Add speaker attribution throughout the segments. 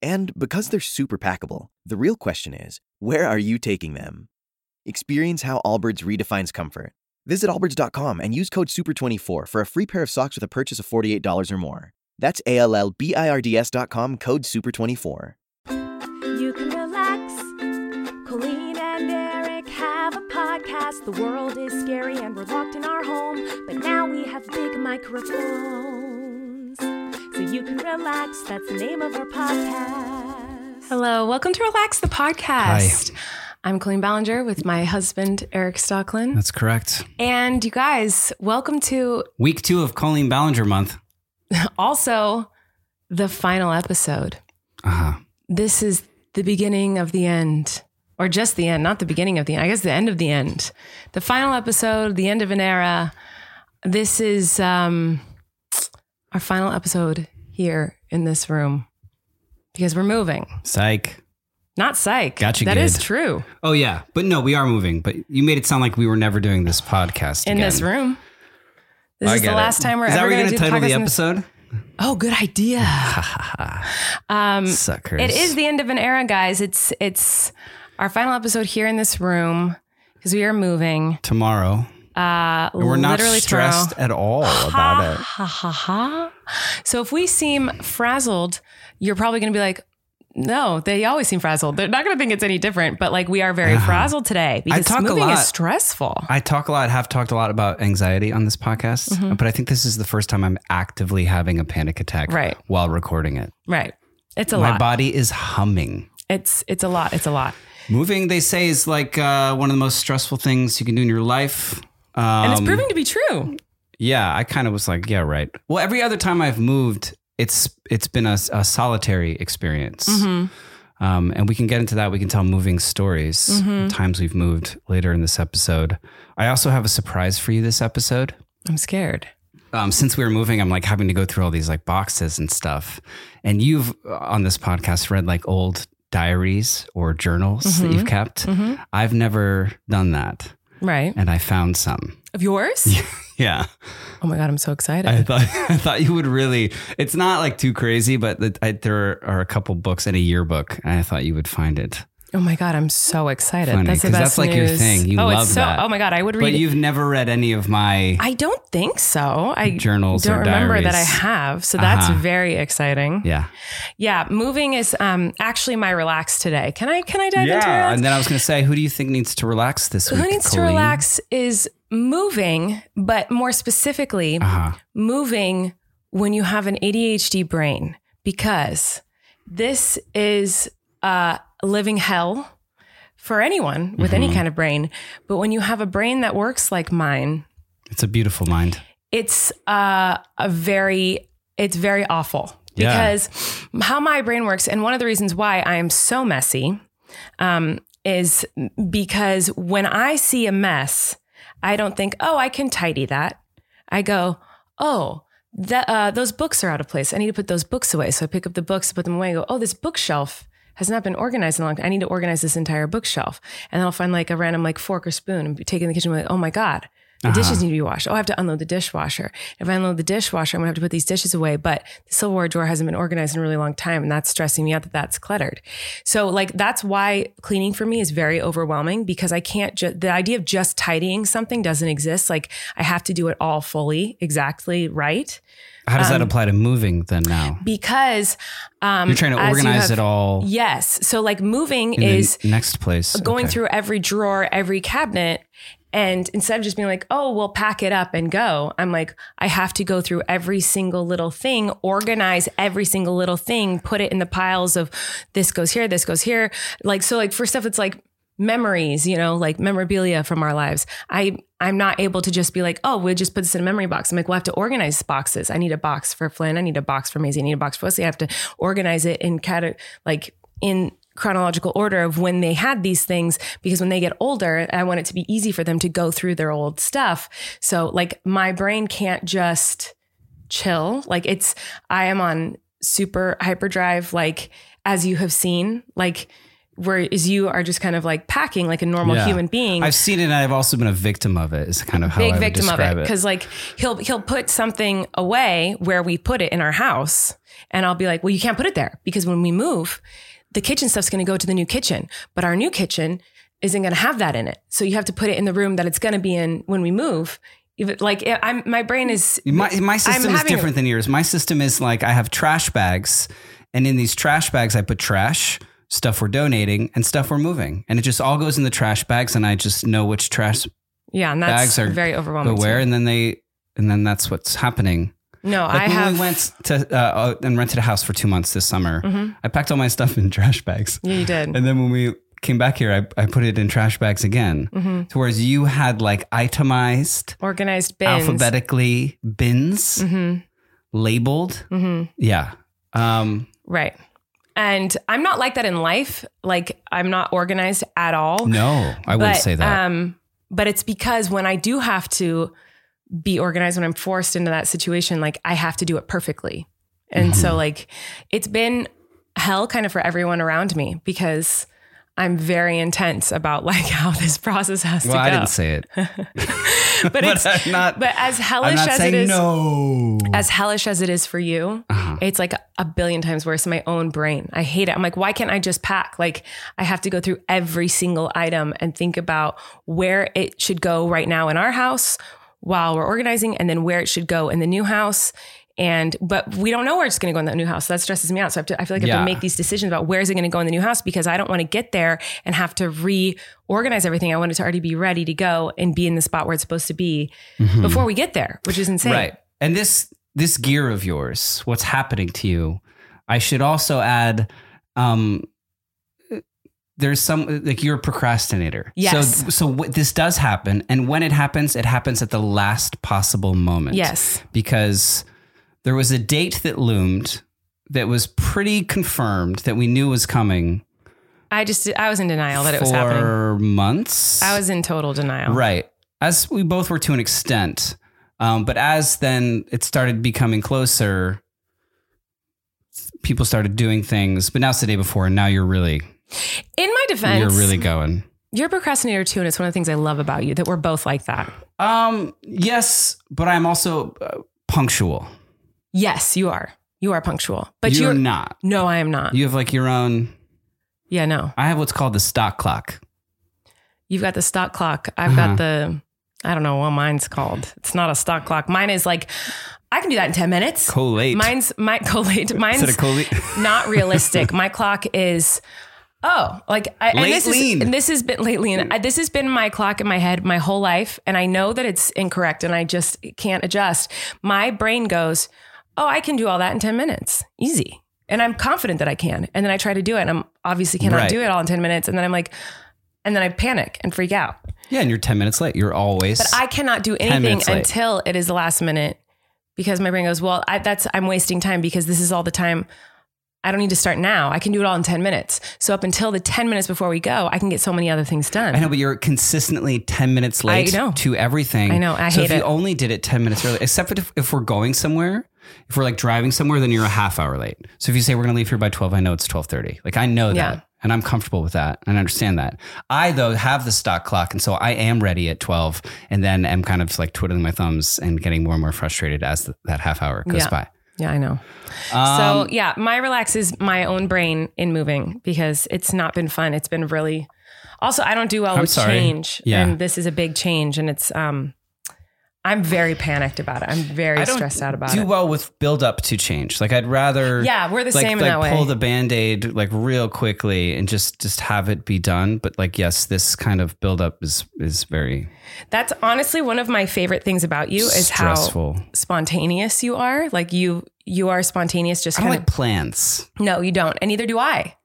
Speaker 1: And because they're super packable, the real question is where are you taking them? Experience how Allbirds redefines comfort. Visit allbirds.com and use code SUPER24 for a free pair of socks with a purchase of $48 or more. That's A L L B I R D S.com code SUPER24.
Speaker 2: You can relax. Colleen and Eric have a podcast. The world is scary and we're locked in our home, but now we have big microphones. So you can relax. That's the name of our podcast.
Speaker 3: Hello, welcome to Relax the Podcast. I'm Colleen Ballinger with my husband, Eric Stockland.
Speaker 4: That's correct.
Speaker 3: and you guys, welcome to
Speaker 4: Week two of Colleen Ballinger month.
Speaker 3: also the final episode.
Speaker 4: Uh huh.
Speaker 3: This is the beginning of the end, or just the end, not the beginning of the end. I guess the end of the end. The final episode, the end of an era. This is um, our final episode here in this room because we're moving.
Speaker 4: Psych.
Speaker 3: Not psych.
Speaker 4: Gotcha,
Speaker 3: That
Speaker 4: good.
Speaker 3: is true.
Speaker 4: Oh yeah, but no, we are moving. But you made it sound like we were never doing this podcast
Speaker 3: in
Speaker 4: again.
Speaker 3: this room. This
Speaker 4: I
Speaker 3: is the
Speaker 4: get it.
Speaker 3: last time we're
Speaker 4: Is that
Speaker 3: ever
Speaker 4: what you're
Speaker 3: going to
Speaker 4: gonna
Speaker 3: do
Speaker 4: title the
Speaker 3: podcast in
Speaker 4: episode?
Speaker 3: this- Oh, good idea. um,
Speaker 4: Suckers.
Speaker 3: it is the end of an era, guys. It's it's our final episode here in this room because we are moving.
Speaker 4: tomorrow.
Speaker 3: Uh,
Speaker 4: And we're not
Speaker 3: literally
Speaker 4: stressed
Speaker 3: tomorrow.
Speaker 4: at all about it.
Speaker 3: Ha ha ha. So if we seem frazzled, you're probably going to be like. No, they always seem frazzled. They're not going to think it's any different, but like we are very frazzled today because
Speaker 4: Uh-huh. talk a
Speaker 3: moving
Speaker 4: lot.
Speaker 3: is stressful.
Speaker 4: I talk a lot, have talked a lot about anxiety on this podcast,
Speaker 3: Mm-hmm.
Speaker 4: but I think this is the first time I'm actively having a panic attack
Speaker 3: Right.
Speaker 4: while recording it.
Speaker 3: right. It's a
Speaker 4: My
Speaker 3: lot.
Speaker 4: body is humming.
Speaker 3: it's it's a lot. It's a lot.
Speaker 4: Moving, they say, is like uh, one of the most stressful things you can do in your life. Um,
Speaker 3: And it's proving to be true.
Speaker 4: Yeah, I kind of was like, yeah, right. Well, every other time I've moved, it's it's been a, a solitary experience,
Speaker 3: Mm-hmm.
Speaker 4: um, and we can get into that. We can tell moving stories, times we've moved later in this episode. I also have a surprise for you this episode.
Speaker 3: I'm scared.
Speaker 4: Um, since we were moving, I'm like having to go through all these like boxes and stuff, and you've uh, on this podcast read like old diaries or journals that you've
Speaker 3: Mm-hmm.
Speaker 4: kept. I've never done that,
Speaker 3: Right.
Speaker 4: and I found some.
Speaker 3: Of yours?
Speaker 4: Yeah.
Speaker 3: Oh my God, I'm so excited.
Speaker 4: I thought I thought you would really. It's not like too crazy, but the, I, there are a couple books and a yearbook, and I thought you would find it.
Speaker 3: oh my God, I'm so excited.
Speaker 4: Funny,
Speaker 3: that's the
Speaker 4: 'cause
Speaker 3: best
Speaker 4: that's like your
Speaker 3: news.
Speaker 4: thing. You
Speaker 3: oh,
Speaker 4: love
Speaker 3: it's so,
Speaker 4: that.
Speaker 3: Oh my God, I would
Speaker 4: But
Speaker 3: read it.
Speaker 4: you've never read any of my.
Speaker 3: I don't think so. I
Speaker 4: Journals
Speaker 3: don't
Speaker 4: or
Speaker 3: remember that I
Speaker 4: diaries.
Speaker 3: have. So that's
Speaker 4: Uh-huh.
Speaker 3: very exciting.
Speaker 4: yeah,
Speaker 3: Yeah, moving is um, actually my relax today. Can I can I dive into relax?
Speaker 4: And then I was going to say, who do you think needs to relax this week?
Speaker 3: Who needs to
Speaker 4: Colleen?
Speaker 3: relax is moving, but more specifically,
Speaker 4: Uh-huh.
Speaker 3: moving when you have an ADHD brain because this is uh, living hell for anyone with any kind of brain. But when you have a brain that works like mine,
Speaker 4: It's a beautiful mind.
Speaker 3: it's uh, a very it's very awful
Speaker 4: Yeah.
Speaker 3: because how my brain works and one of the reasons why i am so messy um, is because when i see a mess i don't think oh i can tidy that i go oh that uh, those books are out of place i need to put those books away so i pick up the books put them away and go oh this bookshelf has not been organized in a long time. I need to organize this entire bookshelf. And then I'll find like a random like fork or spoon and be taken in the kitchen and be like, oh my God, the dishes need to be washed. Oh, I have to unload the dishwasher. If I unload the dishwasher, I'm gonna have to put these dishes away. But the silverware drawer hasn't been organized in a really long time, and that's stressing me out that that's cluttered. So, like, that's why cleaning for me is very overwhelming because I can't. Ju- the idea of just tidying something doesn't exist. Like, I have to do it all fully, exactly right,
Speaker 4: How does
Speaker 3: Um,
Speaker 4: that apply to moving then? Now
Speaker 3: because um,
Speaker 4: you're trying to
Speaker 3: as you
Speaker 4: organize
Speaker 3: have-
Speaker 4: it all.
Speaker 3: Yes. So, like, moving
Speaker 4: in the
Speaker 3: is
Speaker 4: next place
Speaker 3: going
Speaker 4: Okay.
Speaker 3: through every drawer, every cabinet. And instead of just being like, oh, we'll pack it up and go, I'm like, I have to go through every single little thing, organize every single little thing, put it in the piles of this goes here, this goes here. Like, so like for stuff, it's like memories, you know, like memorabilia from our lives. I, I'm not able to just be like, oh, we'll just put this in a memory box. I'm like, we'll have to organize boxes. I need a box for Flynn. I need a box for Maisie. I need a box for Wesley. I have to organize it in cat, like, in chronological order of when they had these things because when they get older, I want it to be easy for them to go through their old stuff. So, like, my brain can't just chill. Like, it's, I am on super hyperdrive, like, as you have seen, like, whereas you are just kind of like packing like a normal
Speaker 4: Yeah.
Speaker 3: human being
Speaker 4: I've seen it and I've also been a victim of it is kind of how I
Speaker 3: big
Speaker 4: would
Speaker 3: victim of
Speaker 4: describe
Speaker 3: it because like he'll he'll put something away where we put it in our house and i'll be like well you can't put it there because when we move the kitchen stuff's going to go to the new kitchen but our new kitchen isn't going to have that in it so you have to put it in the room that it's going to be in when we move Even- like I- i'm my brain is
Speaker 4: My, my system is
Speaker 3: having-
Speaker 4: different than yours. My system is like I have trash bags, and in these trash bags, I put trash, stuff we're donating, and stuff we're moving. And it just all goes in the trash bags, and I just know which trash
Speaker 3: yeah and that's
Speaker 4: bags are
Speaker 3: very
Speaker 4: go
Speaker 3: overwhelming to
Speaker 4: where,
Speaker 3: me.
Speaker 4: and then they. And then that's what's happening.
Speaker 3: no
Speaker 4: Like
Speaker 3: i
Speaker 4: when
Speaker 3: have
Speaker 4: we went to uh, uh, and rented a house for two months this summer,
Speaker 3: Mhm.
Speaker 4: I packed all my stuff in trash bags,
Speaker 3: yeah you did
Speaker 4: and then when we came back here, I, I put it in trash bags again.
Speaker 3: Mhm.
Speaker 4: To whereas you had like itemized,
Speaker 3: organized bins
Speaker 4: alphabetically bins
Speaker 3: hmm
Speaker 4: labeled.
Speaker 3: hmm
Speaker 4: Yeah. Um,
Speaker 3: Right. And I'm not like that in life. Like I'm not organized at all.
Speaker 4: no, I wouldn't
Speaker 3: Oh, But,
Speaker 4: say that.
Speaker 3: Um, but it's because when I do have to be organized, when I'm forced into that situation, like I have to do it perfectly. And
Speaker 4: Mm-hmm.
Speaker 3: so like it's been hell kind of for everyone around me because I'm very intense about like how this process has
Speaker 4: well,
Speaker 3: to go.
Speaker 4: I didn't say it,
Speaker 3: um, but, it's
Speaker 4: I'm not.
Speaker 3: but as
Speaker 4: I'm
Speaker 3: hellish
Speaker 4: not
Speaker 3: as it
Speaker 4: saying
Speaker 3: is
Speaker 4: no.
Speaker 3: as hellish as it is for you,
Speaker 4: Uh-huh.
Speaker 3: it's like a billion times worse in my own brain. I hate it. I'm like, why can't I just pack? Like, I have to go through every single item and think about where it should go right now in our house while we're organizing and then where it should go in the new house. And, but we don't know where it's going to go in that new house. So that stresses me out. So I, have to, I feel like I have
Speaker 4: Yeah.
Speaker 3: to make these decisions about where is it going to go in the new house because I don't want to get there and have to reorganize everything. I want it to already be ready to go and be in the spot where it's supposed to be
Speaker 4: Mhm.
Speaker 3: before we get there, which is insane.
Speaker 4: right. And this this gear of yours, what's happening to you? I should also add. Um, there's some like you're a procrastinator.
Speaker 3: Yes.
Speaker 4: So so what this does happen, and when it happens, it happens at the last possible moment.
Speaker 3: Yes.
Speaker 4: because there was a date that loomed that was pretty confirmed that we knew was coming
Speaker 3: I just I was in denial that it was happening.
Speaker 4: for months.
Speaker 3: I was in total denial.
Speaker 4: right, as we both were to an extent, um, but as then it started becoming closer, people started doing things. But now it's the day before, and now you're really
Speaker 3: In my defense,
Speaker 4: you're
Speaker 3: you're,
Speaker 4: really going.
Speaker 3: a procrastinator too, and it's one of the things I love about you that we're both like that.
Speaker 4: Um, yes, but I'm also uh, punctual.
Speaker 3: Yes, you are. You are punctual, but
Speaker 4: you're
Speaker 3: you're,
Speaker 4: not.
Speaker 3: no, I am not.
Speaker 4: You have like your own.
Speaker 3: yeah, no,
Speaker 4: I have what's called the stock clock.
Speaker 3: you've got the stock clock. I've
Speaker 4: Uh-huh.
Speaker 3: got the I don't know what mine's called. It's not a stock clock. Mine is like I can do that in ten minutes.
Speaker 4: Collate.
Speaker 3: Mine's my collate.
Speaker 4: Instead
Speaker 3: Mine's
Speaker 4: of collate.
Speaker 3: not realistic. my clock is oh, like I, and
Speaker 4: Late
Speaker 3: this
Speaker 4: lean.
Speaker 3: is and this has been lately, and I, this has been my clock in my head my whole life, and I know that it's incorrect, and I just can't adjust. My brain goes, oh, I can do all that in ten minutes, easy, and I'm confident that I can, and then I try to do it, and I'm obviously cannot
Speaker 4: Right.
Speaker 3: do it all in ten minutes, and then I'm like. And then I panic and freak out.
Speaker 4: yeah, and you're 10 minutes late. You're always.
Speaker 3: But I cannot do anything
Speaker 4: minutes late.
Speaker 3: until it is the last minute because my brain goes, well, I, that's I'm wasting time because this is all the time. I don't need to start now. I can do it all in 10 minutes. So up until the 10 minutes before we go, I can get so many other things done.
Speaker 4: I know, but you're consistently 10 minutes late
Speaker 3: know.
Speaker 4: to everything.
Speaker 3: I know, I
Speaker 4: so
Speaker 3: hate
Speaker 4: if you
Speaker 3: it.
Speaker 4: only did it 10 minutes early, except for if, if we're going somewhere, if we're like driving somewhere, then you're a half hour late. So if you say we're going to leave here by 12, I know it's 1230. Like I know
Speaker 3: Yeah.
Speaker 4: that and I'm comfortable with that and I understand that. I though have the stock clock. And so I am ready at 12 and then am kind of like twiddling my thumbs and getting more and more frustrated as th- that half hour goes
Speaker 3: Yeah.
Speaker 4: by. Um,
Speaker 3: Yeah, I know. so yeah, my relax is my own brain in moving because it's not been fun. It's been really also I don't do well
Speaker 4: I'm
Speaker 3: with
Speaker 4: sorry.
Speaker 3: change.
Speaker 4: Yeah.
Speaker 3: And this is a big change and it's um I'm very panicked about it. I'm very stressed out about
Speaker 4: do
Speaker 3: it.
Speaker 4: well with build up to change. Like I'd rather
Speaker 3: Yeah, we're the
Speaker 4: like,
Speaker 3: same
Speaker 4: like
Speaker 3: in that way.
Speaker 4: pull the band-aid like real quickly and just just have it be done. But like yes, this kind of build up is is very
Speaker 3: That's honestly one of my favorite things about you is
Speaker 4: stressful.
Speaker 3: how spontaneous you are. Like you you are spontaneous just
Speaker 4: I don't
Speaker 3: kind
Speaker 4: like plans.
Speaker 3: of No, you don't. And neither do I.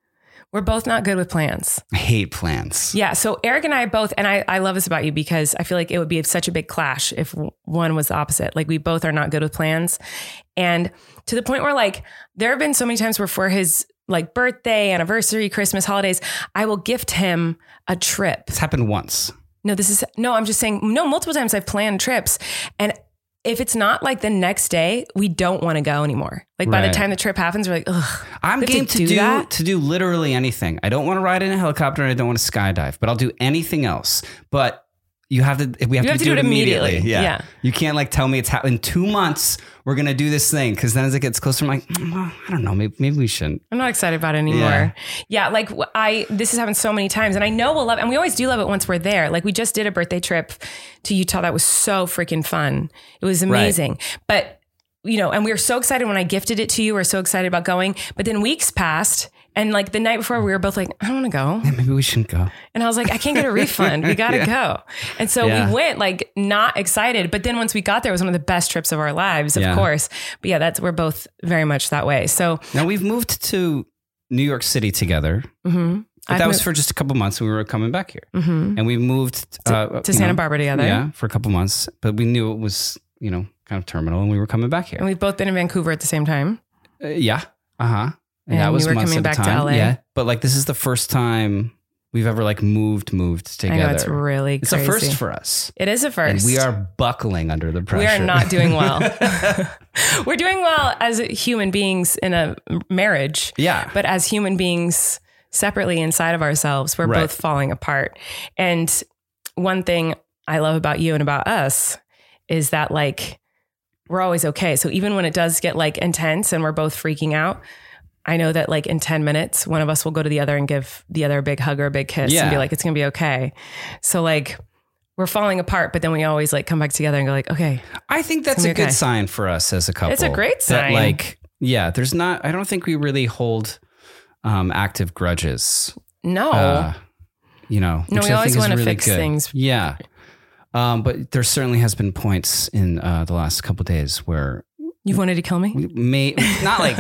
Speaker 3: We're both not good with plans.
Speaker 4: I hate plans.
Speaker 3: Yeah. So Eric and I both, and I, I love this about you because I feel like it would be such a big clash if w- one was the opposite. Like we both are not good with plans. And to the point where like there have been so many times where for his like birthday, anniversary, Christmas, holidays, I will gift him a trip.
Speaker 4: It's happened once.
Speaker 3: No, this is no, I'm just saying, no, multiple times I've planned trips. And if it's not like the next day, we don't want to go anymore. Like by
Speaker 4: Right.
Speaker 3: the time the trip happens, we're like, ugh.
Speaker 4: I'm
Speaker 3: We have to
Speaker 4: game to,
Speaker 3: do
Speaker 4: do
Speaker 3: that?
Speaker 4: to do literally anything. I don't want to ride in a helicopter and I don't want to skydive, but I'll do anything else. But you have to we have,
Speaker 3: You have
Speaker 4: to,
Speaker 3: to do it
Speaker 4: immediately.
Speaker 3: immediately.
Speaker 4: Yeah.
Speaker 3: Yeah.
Speaker 4: You can't like tell me it's happening in 2 months we're going to do this thing cuz then as it gets closer I'm like, "Mm, well, I don't know, maybe, maybe we shouldn't.
Speaker 3: I'm not excited about it anymore. Yeah. like w- I, this has happened so many times and I know we'll love it. And we always do love it once we're there. Like we just did a birthday trip to Utah. That was so freaking fun. It was amazing. But, you know, and we were so excited when I gifted it to you. We are so excited about going. But then weeks passed and like the night before we were both like, I don't want to go.
Speaker 4: Yeah, maybe we shouldn't go.
Speaker 3: And I was like, I can't get a refund. We got to go. And so
Speaker 4: Yeah.
Speaker 3: we went like not excited. But then once we got there, it was one of the best trips of our lives, of
Speaker 4: Yeah.
Speaker 3: course. But yeah, that's, we're both very much that way. So,
Speaker 4: Now we've moved to New York City together.
Speaker 3: mhm.
Speaker 4: But
Speaker 3: I've
Speaker 4: that was
Speaker 3: moved-
Speaker 4: for just a couple months when we were coming back here.
Speaker 3: mhm.
Speaker 4: And we moved uh,
Speaker 3: to
Speaker 4: you
Speaker 3: Santa
Speaker 4: know,
Speaker 3: Barbara together.
Speaker 4: Yeah, for a couple months, but we knew it was, you know, kind of terminal and we were coming back here.
Speaker 3: And we've both been in Vancouver at the same time.
Speaker 4: Uh, yeah. Uh huh.
Speaker 3: And we were coming back to LA.
Speaker 4: Yeah. But like, this is the first time we've ever like moved, moved together.
Speaker 3: I know it's really
Speaker 4: It's
Speaker 3: crazy.
Speaker 4: a first for us.
Speaker 3: It is a
Speaker 4: And
Speaker 3: first.
Speaker 4: we are buckling under the pressure.
Speaker 3: we are not doing well. We're doing well as human beings in a marriage,
Speaker 4: yeah.
Speaker 3: but as human beings separately inside of ourselves, we're
Speaker 4: Right.
Speaker 3: both falling apart. And one thing I love about you and about us is that like we're always okay. So even when it does get like intense and we're both freaking out, I know that like in 10 minutes, one of us will go to the other and give the other a big hug or a big kiss and be
Speaker 4: Yeah.
Speaker 3: like, it's gonna be okay. So like we're falling apart, but then we always like come back together and go like, okay,
Speaker 4: I think that's
Speaker 3: gonna
Speaker 4: a
Speaker 3: be
Speaker 4: good
Speaker 3: okay.
Speaker 4: sign for us as a couple.
Speaker 3: It's a great
Speaker 4: That
Speaker 3: sign.
Speaker 4: like, yeah, there's not, I don't think we really hold um, active grudges.
Speaker 3: no.
Speaker 4: Uh, you know,
Speaker 3: Oh. No,
Speaker 4: which
Speaker 3: we
Speaker 4: I
Speaker 3: always
Speaker 4: think is
Speaker 3: wanna
Speaker 4: really
Speaker 3: fix
Speaker 4: good.
Speaker 3: things.
Speaker 4: Yeah. Um, but there certainly has been points in uh, the last couple days where
Speaker 3: you wanted to kill me?
Speaker 4: may not like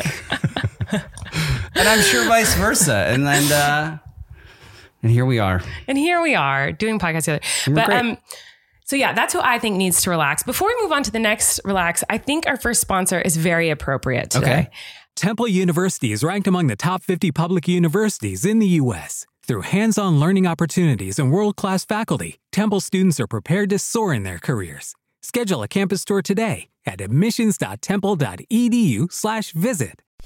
Speaker 4: and i'm sure vice versa and then uh and here we are
Speaker 3: And here we are doing podcasts together.
Speaker 4: We're
Speaker 3: But
Speaker 4: Mm, great.
Speaker 3: um so yeah, that's who I think needs to relax. Before we move on to the next relax, I think our first sponsor is very appropriate today.
Speaker 4: Okay.
Speaker 5: Temple University is ranked among the top 50 public universities in the U.S. Through hands on learning opportunities and world class faculty, Temple students are prepared to soar in their careers. Schedule a campus tour today at E admissions.temple.edu/slash visit.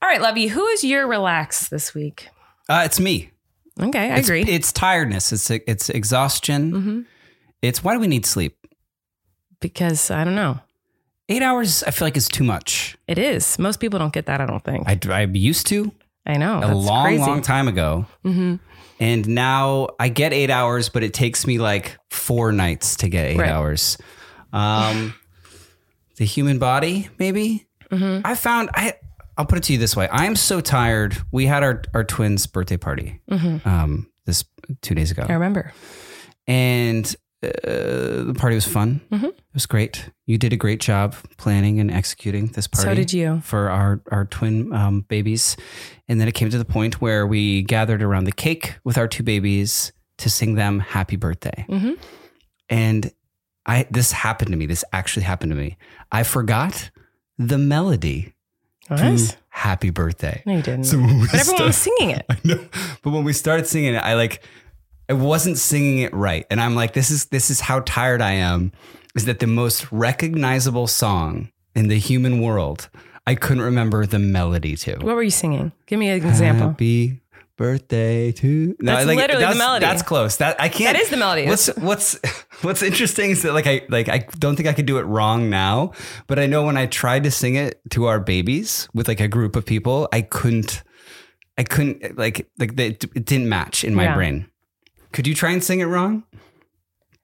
Speaker 3: All right, Lovey, who is your relax this week?
Speaker 4: uh it's me
Speaker 3: Okay, I
Speaker 4: It's-
Speaker 3: agree. Mm-hmm.
Speaker 4: it's, tiredness it's it's exhaustion it's why do we need sleep
Speaker 3: because I don't know.
Speaker 4: eight hours i feel like is too much
Speaker 3: It is. Most people don't get that, I don't think. I,
Speaker 4: i, I used to
Speaker 3: know.
Speaker 4: a
Speaker 3: Oh, that's
Speaker 4: long
Speaker 3: crazy. Mm-hmm.
Speaker 4: long time ago and now i get eight hours but it takes me like four nights to get eight
Speaker 3: Right.
Speaker 4: hours um the human body maybe
Speaker 3: Mm-hmm.
Speaker 4: i found i i'll put it to you this way i am so tired we had our our twins birthday party um this two days ago
Speaker 3: Mm-hmm. I remember.
Speaker 4: and uh, the party was fun
Speaker 3: Mm-hmm.
Speaker 4: it was great you did a great job planning and executing this party
Speaker 3: So did you.
Speaker 4: for our our twin um, babies, and then it came to the point where we gathered around the cake with our two babies to sing them happy birthday.
Speaker 3: Mhm.
Speaker 4: And I this happened to me. This actually happened to me. I forgot the melody
Speaker 3: What?
Speaker 4: to Happy Birthday.
Speaker 3: No, you didn't.
Speaker 4: So when we
Speaker 3: but everyone was singing it.
Speaker 4: I know. But when we started singing it, I like I wasn't singing it right. And I'm like, this is this is how tired I am. Is that the most recognizable song in the human world? I couldn't remember the melody to.
Speaker 3: What were you singing? Give me an example.
Speaker 4: Happy birthday to no,
Speaker 3: That's
Speaker 4: I like,
Speaker 3: literally the
Speaker 4: that's,
Speaker 3: melody.
Speaker 4: That's close. That I can't.
Speaker 3: That is the melody.
Speaker 4: What's what's what's interesting is that like I like I don't think I could do it wrong now, but I know when I tried to sing it to our babies with like a group of people, I couldn't. I couldn't like like the, it didn't match in my
Speaker 3: Yeah.
Speaker 4: brain. Could you try and sing it wrong?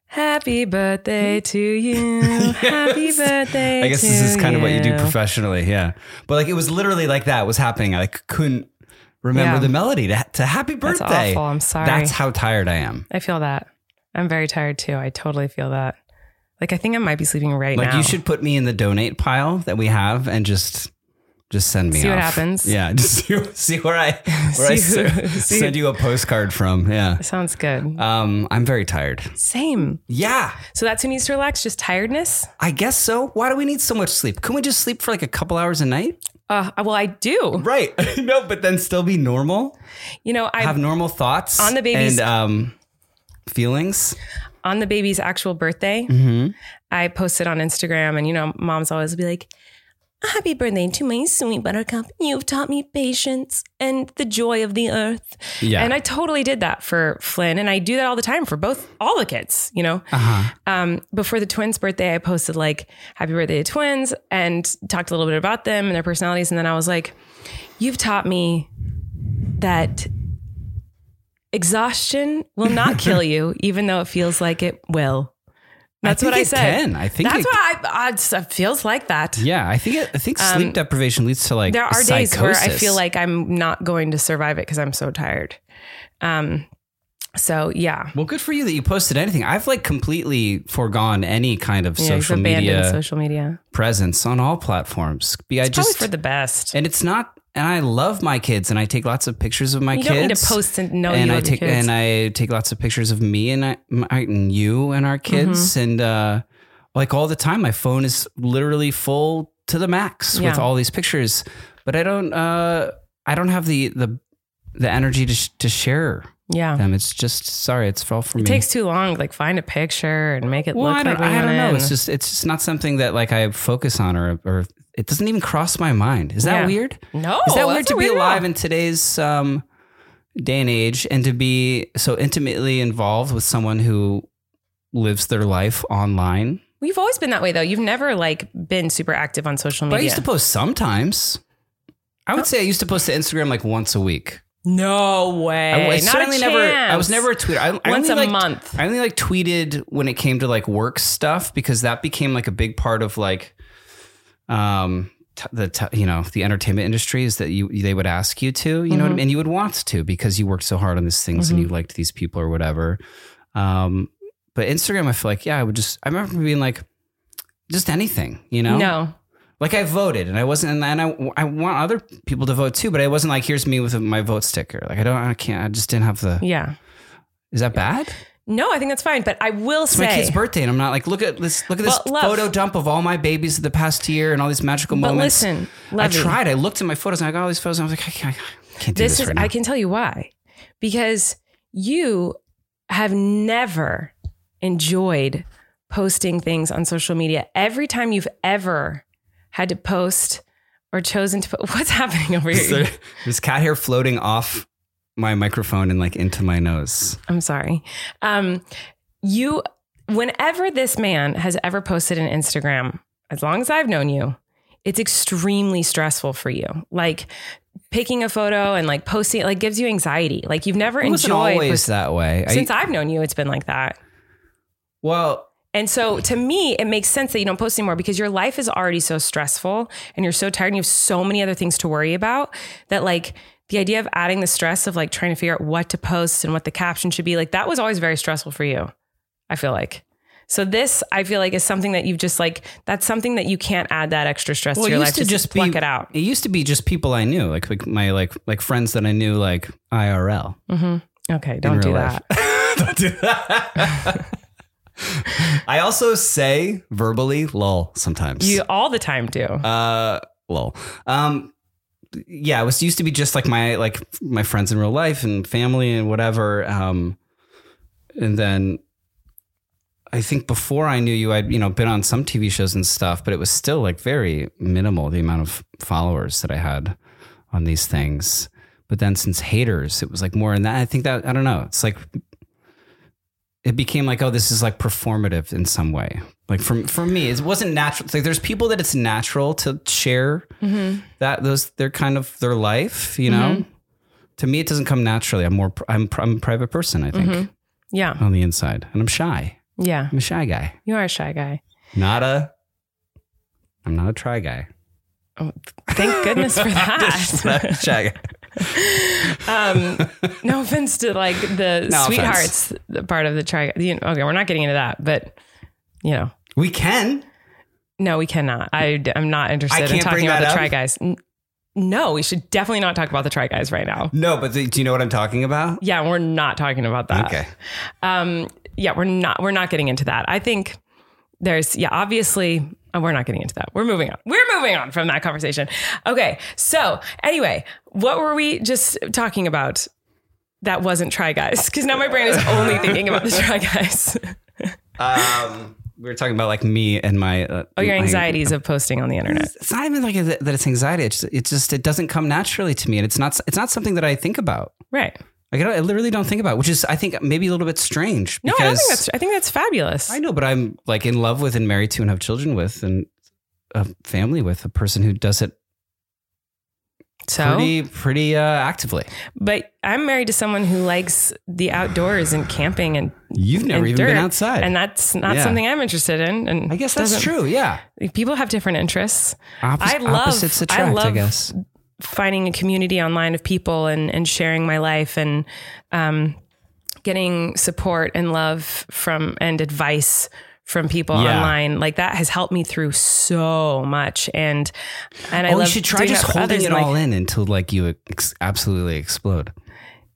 Speaker 3: Happy birthday to you. Happy birthday.
Speaker 4: I guess
Speaker 3: to
Speaker 4: this is kind of what you do
Speaker 3: you.
Speaker 4: professionally. Yeah. But like it was literally like that was happening. I couldn't remember
Speaker 3: Yeah.
Speaker 4: the melody to, to happy
Speaker 3: That's
Speaker 4: birthday.
Speaker 3: awful. I'm sorry.
Speaker 4: That's how tired I am.
Speaker 3: I feel that. I'm very tired too. I totally feel that. Like I think I might be sleeping right
Speaker 4: Like
Speaker 3: now.
Speaker 4: you should put me in the donate pile that we have and just just send me
Speaker 3: See what
Speaker 4: off.
Speaker 3: happens.
Speaker 4: Yeah, just see, see where I where
Speaker 3: See
Speaker 4: I se-
Speaker 3: who- see-
Speaker 4: send you a postcard from. Yeah.
Speaker 3: Sounds good.
Speaker 4: Um, I'm very tired.
Speaker 3: Same.
Speaker 4: Yeah,
Speaker 3: So that's who needs to relax. Just tiredness.
Speaker 4: I guess so. Why do we need so much sleep? Can we just sleep for like a couple hours a night?
Speaker 3: Uh, well, I do.
Speaker 4: Right. no, but then still be normal.
Speaker 3: You know, I
Speaker 4: have normal thoughts
Speaker 3: On the baby's-
Speaker 4: and um, feelings.
Speaker 3: on the baby's actual birthday,
Speaker 4: Mm-hmm.
Speaker 3: I posted on Instagram, and you know, moms always be like, Happy birthday to my sweet buttercup. You've taught me patience and the joy of the earth.
Speaker 4: Yeah.
Speaker 3: And I totally did that for Flynn. And I do that all the time for both, all the kids, you know?
Speaker 4: Uh-huh.
Speaker 3: Um, before the twins' birthday, I posted like, Happy birthday to twins and talked a little bit about them and their personalities. And then I was like, You've taught me that exhaustion will not kill you, even though it feels like it will. That's
Speaker 4: think
Speaker 3: what I
Speaker 4: it
Speaker 3: said.
Speaker 4: can. I think it-
Speaker 3: that's why I, I just, it feels like that.
Speaker 4: Yeah, I think it, I think sleep deprivation leads to like
Speaker 3: There are days
Speaker 4: psychosis.
Speaker 3: where I feel like I'm not going to survive it because I'm so tired. Um, so yeah,
Speaker 4: well, good for you that you posted anything. I've like completely foregone any kind of
Speaker 3: Yeah, you've
Speaker 4: social
Speaker 3: abandoned
Speaker 4: media
Speaker 3: social media.
Speaker 4: presence on all platforms. Be- I
Speaker 3: It's
Speaker 4: just
Speaker 3: probably for the best.
Speaker 4: and it's not. And I love my kids, and I take lots of pictures of my
Speaker 3: You
Speaker 4: kids.
Speaker 3: don't need to post and know
Speaker 4: and
Speaker 3: you
Speaker 4: I
Speaker 3: have
Speaker 4: take
Speaker 3: kids.
Speaker 4: and I take lots of pictures of me and I, my, and you and our
Speaker 3: Mm-hmm.
Speaker 4: kids and uh, like all the time. My phone is literally full to the max with
Speaker 3: Yeah.
Speaker 4: all these pictures, but I don't uh, I don't have the the the energy to sh- to share
Speaker 3: yeah.
Speaker 4: them. It's just sorry, it's all for
Speaker 3: Oh. It
Speaker 4: me.
Speaker 3: takes too long. Like find a picture and make it
Speaker 4: well,
Speaker 3: look
Speaker 4: I don't,
Speaker 3: like we
Speaker 4: I
Speaker 3: want
Speaker 4: don't know.
Speaker 3: in.
Speaker 4: It's just it's just not something that like I focus on or or it doesn't even cross my mind. Is that
Speaker 3: Yeah.
Speaker 4: weird?
Speaker 3: no.
Speaker 4: Is that
Speaker 3: that's
Speaker 4: weird to
Speaker 3: not
Speaker 4: be
Speaker 3: at all.
Speaker 4: alive in today's um, day and age and to be so intimately involved with someone who lives their life online?
Speaker 3: We've always been that way though. You've never like been super active on social
Speaker 4: But I
Speaker 3: media.
Speaker 4: used to post sometimes. I would say I used to post to Instagram like once a week.
Speaker 3: no way.
Speaker 4: I, I
Speaker 3: Not
Speaker 4: certainly
Speaker 3: a
Speaker 4: never. I was
Speaker 3: chance.
Speaker 4: never a tweeter. I, I
Speaker 3: Once
Speaker 4: only
Speaker 3: a
Speaker 4: liked-
Speaker 3: month.
Speaker 4: I only like tweeted when it came to like work stuff because that became like a big part of like, um, t- the t- you know the entertainment industry is that you they would ask you to you know what
Speaker 3: Mm-hmm.
Speaker 4: I mean? and you would want to because you worked so hard on these things and you liked these people or whatever. Um, but Instagram, I feel like yeah, I would just I remember being like, just anything you know
Speaker 3: No.
Speaker 4: like I voted and I wasn't, and I, I want other people to vote too, but I wasn't like, here's me with my vote sticker. Like I don't, I can't, I just didn't have the,
Speaker 3: Yeah.
Speaker 4: is that bad?
Speaker 3: No, I think that's fine. But I will
Speaker 4: It's
Speaker 3: say
Speaker 4: my kid's birthday and I'm not like, look at this, look at this
Speaker 3: But love-
Speaker 4: photo dump of all my babies of the past year and all these magical
Speaker 3: But
Speaker 4: moments.
Speaker 3: listen,
Speaker 4: I
Speaker 3: Levy.
Speaker 4: tried, I looked at my photos and I got all these photos and I was like, I can't, I can't do this,
Speaker 3: this is
Speaker 4: right now.
Speaker 3: I can tell you why. Because you have never enjoyed posting things on social media. Every time you've ever had to post or chosen to put what's happening over
Speaker 4: Is there-
Speaker 3: here?
Speaker 4: There's cat hair floating off my microphone and like into my nose.
Speaker 3: I'm sorry. Um, you, whenever this man has ever posted an Instagram, as long as I've known you, it's extremely stressful for you. Like picking a photo and like posting, it, like gives you anxiety. Like you've never
Speaker 4: It wasn't
Speaker 3: enjoyed.
Speaker 4: always that way. I-
Speaker 3: since I've known you, it's been like that.
Speaker 4: well,
Speaker 3: And so to me, it makes sense that you don't post anymore because your life is already so stressful and you're so tired and you have so many other things to worry about that like the idea of adding the stress of like trying to figure out what to post and what the caption should be, like that was always very stressful for you, I feel like. So this, I feel like, is something that you've just like that's something that you can't add that extra stress
Speaker 4: it
Speaker 3: to your
Speaker 4: used
Speaker 3: life. just pluck
Speaker 4: be,
Speaker 3: it out.
Speaker 4: It used to be just people I knew, like, like my like like friends that I knew, like IRL.
Speaker 3: Okay, don't do
Speaker 4: real
Speaker 3: that.
Speaker 4: Don't do that. I also say verbally lol sometimes.
Speaker 3: You all the time do.
Speaker 4: uh, lol. Um, yeah, it was used to be just like my like my friends in real life and family and whatever. Um, and then I think before I knew you, I'd you know been on some TV shows and stuff, but it was still like very minimal the amount of followers that I had on these things. But then since haters, it was like more. And that I think that I don't know. It's like it became like oh, this is like performative in some way. Like for for me, it wasn't natural. It's like there's people that it's natural to share that those they're kind of their life. You know, to Mm-hmm. me it doesn't come naturally. I'm more pr- I'm pr- I'm a private person. I think
Speaker 3: yeah.
Speaker 4: on the inside, and I'm shy.
Speaker 3: Yeah.
Speaker 4: I'm a shy guy.
Speaker 3: You are a shy guy.
Speaker 4: Not a. I'm not a try guy.
Speaker 3: Oh, thank goodness for
Speaker 4: Just not a
Speaker 3: that.
Speaker 4: shy guy.
Speaker 3: um, no offense to like the
Speaker 4: No
Speaker 3: sweethearts the part of the try. You know, okay, we're not getting into that, but you know,
Speaker 4: We can.
Speaker 3: no, we cannot. I, am not interested in
Speaker 4: can't
Speaker 3: talking
Speaker 4: bring
Speaker 3: about
Speaker 4: that
Speaker 3: the
Speaker 4: up?
Speaker 3: try guys. N- No, we should definitely not talk about the try guys right now.
Speaker 4: No, but the, do you know what I'm talking about?
Speaker 3: Yeah, we're not talking about that.
Speaker 4: Okay.
Speaker 3: Um, yeah, we're not. We're not getting into that. I think there's. Yeah, obviously, uh, we're not getting into that. We're moving on. We're moving on from that conversation. Okay. So anyway, what were we just talking about? That wasn't try guys because now my brain is only thinking about the try guys.
Speaker 4: Um, we were talking about like me and my. Uh,
Speaker 3: Oh, your
Speaker 4: my-
Speaker 3: anxieties of posting on the internet.
Speaker 4: It's not even like that it's anxiety. It's just, it's just it doesn't come naturally to me, and it's not it's not something that I think about.
Speaker 3: Right.
Speaker 4: Like I, don't, I literally don't think about, it, which is I think maybe a little bit strange.
Speaker 3: No,
Speaker 4: because
Speaker 3: I don't think that's. I think that's fabulous.
Speaker 4: I know, but I'm like in love with and married to and have children with and a family with a person who does it
Speaker 3: so,
Speaker 4: pretty pretty uh, actively.
Speaker 3: but I'm married to someone who likes the outdoors and camping and
Speaker 4: You've never
Speaker 3: and
Speaker 4: even been
Speaker 3: dirt,
Speaker 4: outside,
Speaker 3: and that's not
Speaker 4: Yeah.
Speaker 3: something I'm interested in. And
Speaker 4: I guess that's
Speaker 3: doesn't-
Speaker 4: true. Yeah,
Speaker 3: People have different interests.
Speaker 4: Oppos-
Speaker 3: I love-
Speaker 4: opposites
Speaker 3: I
Speaker 4: attract. I,
Speaker 3: love-
Speaker 4: guess
Speaker 3: Finding a community online of people and and sharing my life and um, getting support and love from and advice from people
Speaker 4: Yeah.
Speaker 3: online like that has helped me through so much. And and I
Speaker 4: oh,
Speaker 3: love
Speaker 4: you should try
Speaker 3: doing
Speaker 4: just
Speaker 3: that for
Speaker 4: holding
Speaker 3: others
Speaker 4: it
Speaker 3: and, like,
Speaker 4: all in until like you ex- absolutely explode.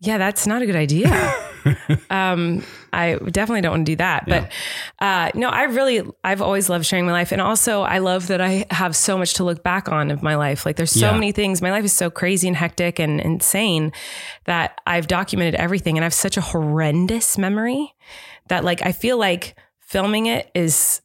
Speaker 3: Yeah, that's not a good idea. um, I definitely don't want to do that. But uh, no, I really, I've always loved sharing my life. And also, I love that I have so much to look back on of my life. Like, there's so
Speaker 4: Yeah.
Speaker 3: many things. My life is so crazy and hectic and insane that I've documented everything. And I have such a horrendous memory that, like, I feel like filming it is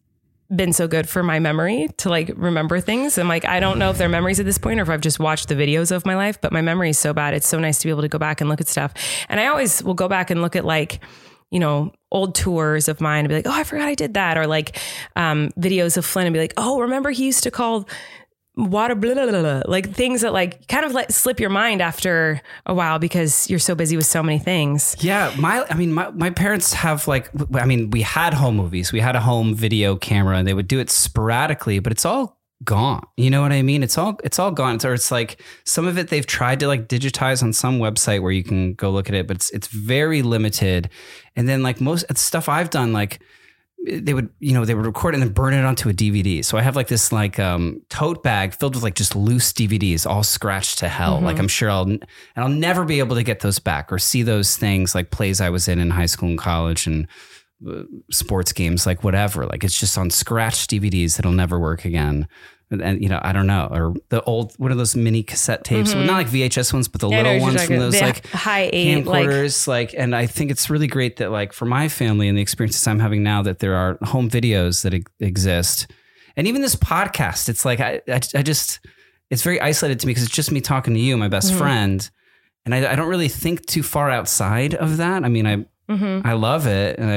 Speaker 3: been so good for my memory to like remember things. I'm like, I don't know if they're memories at this point or if I've just watched the videos of my life, but my memory is so bad. It's so nice to be able to go back and look at stuff. And I always will go back and look at like, you know, old tours of mine and be like, oh, I forgot I did that. Or like um, videos of Flynn and be like, oh, remember he used to call water blah, blah, blah, blah. like things that like kind of let slip your mind after a while because you're so busy with so many things.
Speaker 4: Yeah, my I mean my, my parents have like w- I mean we had home movies, we had a home video camera, and they would do it sporadically, but it's all gone. You know what I mean? It's all it's all gone. It's, or it's like some of it they've tried to like digitize on some website where you can go look at it, but it's it's very limited. And then like most it's stuff I've done like they would you know they would record it and then burn it onto a dvd so i have like this like um tote bag filled with like just loose dvds all scratched to hell like
Speaker 3: Mm-hmm.
Speaker 4: i'm sure i'll and i'll never be able to get those back or see those things like plays i was in in high school and college and uh, sports games like whatever like it's just on scratched dvds that'll never work again and, and, you know i don't know or the old what are those mini cassette tapes well, not like vhs ones but the
Speaker 3: Mm-hmm. I know
Speaker 4: little
Speaker 3: what you're
Speaker 4: ones
Speaker 3: talking-
Speaker 4: from those
Speaker 3: the
Speaker 4: like
Speaker 3: high eight, like-
Speaker 4: camcorders like, and i think it's really great that like for my family and the experiences i'm having now that there are home videos that e- exist and even this podcast it's like i i, I just it's very isolated to me because it's just me talking to you my
Speaker 3: Mm-hmm.
Speaker 4: best friend and I, I don't really think too far outside of that i mean i
Speaker 3: mm-hmm.
Speaker 4: i love it and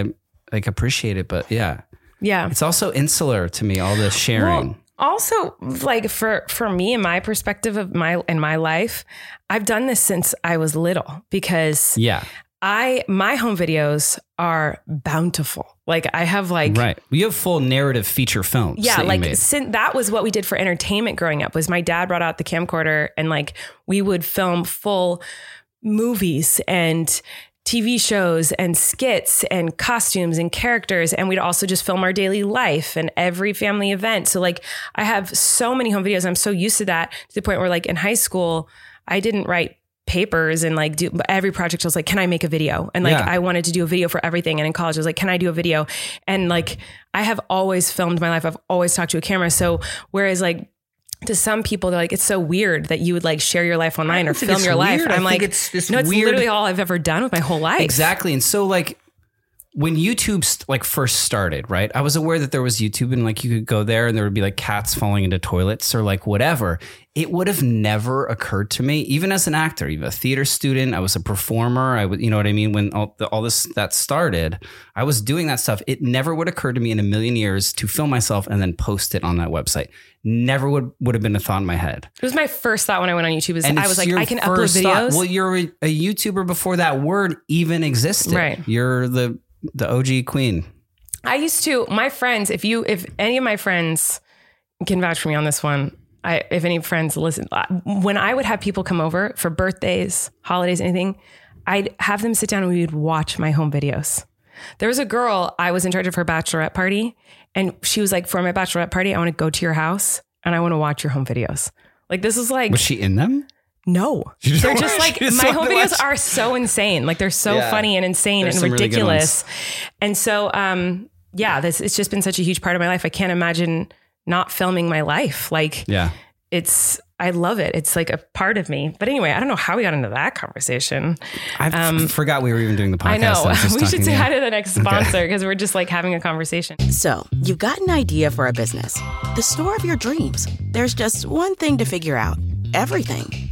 Speaker 4: i like appreciate it but yeah
Speaker 3: Yeah.
Speaker 4: it's also insular to me all the sharing
Speaker 3: Well, also, like for for me and my perspective of my in my life, I've done this since I was little because
Speaker 4: yeah
Speaker 3: I my home videos are bountiful. Like I have like
Speaker 4: right you have full narrative feature films
Speaker 3: yeah,
Speaker 4: that you
Speaker 3: like
Speaker 4: made.
Speaker 3: sin- that was what we did for entertainment growing up. Was my dad brought out the camcorder and like we would film full movies and TV shows and skits and costumes and characters and we'd also just film our daily life and every family event. So like I have so many home videos. I'm so used to that to the point where like in high school I didn't write papers and like do every project I was like can I make a video? And like
Speaker 4: Yeah.
Speaker 3: I wanted to do a video for everything and in college I was like can I do a video? And like I have always filmed my life. I've always talked to a camera. So whereas like to some people they're like it's so weird that you would like share your life online or
Speaker 4: think
Speaker 3: film
Speaker 4: it's
Speaker 3: your life.
Speaker 4: weird. I
Speaker 3: I'm
Speaker 4: think
Speaker 3: like
Speaker 4: it's this
Speaker 3: no, it's
Speaker 4: weird-
Speaker 3: literally all I've ever done with my whole life.
Speaker 4: Exactly. And so like when YouTube st- like first started, right? I was aware that there was YouTube and like you could go there and there would be like cats falling into toilets or like whatever. It would have never occurred to me, even as an actor, even a theater student, I was a performer. I would, you know what I mean? When all, the, all this that started, I was doing that stuff. It never would occur to me in a million years to film myself and then post it on that website. Never would would have been a thought in my head.
Speaker 3: It was my first thought when I went on YouTube. Is
Speaker 4: And
Speaker 3: I
Speaker 4: it's
Speaker 3: was like,
Speaker 4: your
Speaker 3: I can upload
Speaker 4: first thought.
Speaker 3: videos.
Speaker 4: Well, you're a, a YouTuber before that word even existed.
Speaker 3: Right.
Speaker 4: You're the the OG queen.
Speaker 3: I used to my friends. If you, if any of my friends can vouch for me on this one, I if any friends listen, I- when I would have people come over for birthdays, holidays, anything, I'd have them sit down and we would watch my home videos. There was a girl I was in charge of her bachelorette party, and she was like, "For my bachelorette party, I want to go to your house and I want to watch your home videos." Like this is like
Speaker 4: Was she in them?
Speaker 3: no,
Speaker 4: just
Speaker 3: they're
Speaker 4: wanted-
Speaker 3: just like
Speaker 4: she just
Speaker 3: my
Speaker 4: wanted
Speaker 3: home
Speaker 4: to
Speaker 3: videos
Speaker 4: watch-
Speaker 3: are so insane. Like they're so
Speaker 4: Yeah.
Speaker 3: funny and insane
Speaker 4: There's
Speaker 3: and
Speaker 4: some really good
Speaker 3: ridiculous. and so, um, yeah, this it's just been such a huge part of my life. I can't imagine not filming my life. Like
Speaker 4: Yeah.
Speaker 3: it's, I love it. It's like a part of me. But anyway, I don't know how we got into that conversation.
Speaker 4: I f- forgot we were even doing the podcast.
Speaker 3: Um, I know
Speaker 4: was just
Speaker 3: we should
Speaker 4: talking-
Speaker 3: say
Speaker 4: yeah.
Speaker 3: hi to the next sponsor because we're just like having a conversation.
Speaker 6: So, you've got an idea for a business, the store of your dreams. There's just one thing to figure out everything.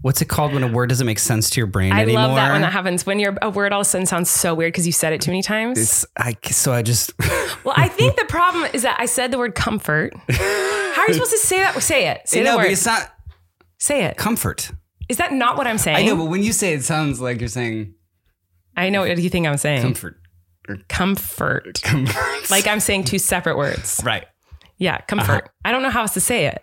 Speaker 4: What's it called when a word doesn't make sense to your brain
Speaker 3: I
Speaker 4: anymore?
Speaker 3: love that when that happens when your a word all of a sudden sounds so weird because you said it too many times.
Speaker 4: It's- I, so I just
Speaker 3: Well, I think the problem is that I said the word comfort. How are you supposed to say that? Say it. Say
Speaker 4: no,
Speaker 3: the
Speaker 4: but
Speaker 3: word.
Speaker 4: it's not
Speaker 3: say it.
Speaker 4: comfort.
Speaker 3: Is that not what I'm saying?
Speaker 4: I know, but when you say it, it sounds like you're saying
Speaker 3: I know what you think I'm saying.
Speaker 4: comfort.
Speaker 3: Comfort. Eh. Like I'm saying two separate words.
Speaker 4: Right. Uh-huh.
Speaker 3: Yeah, comfort. I don't know how else to say it.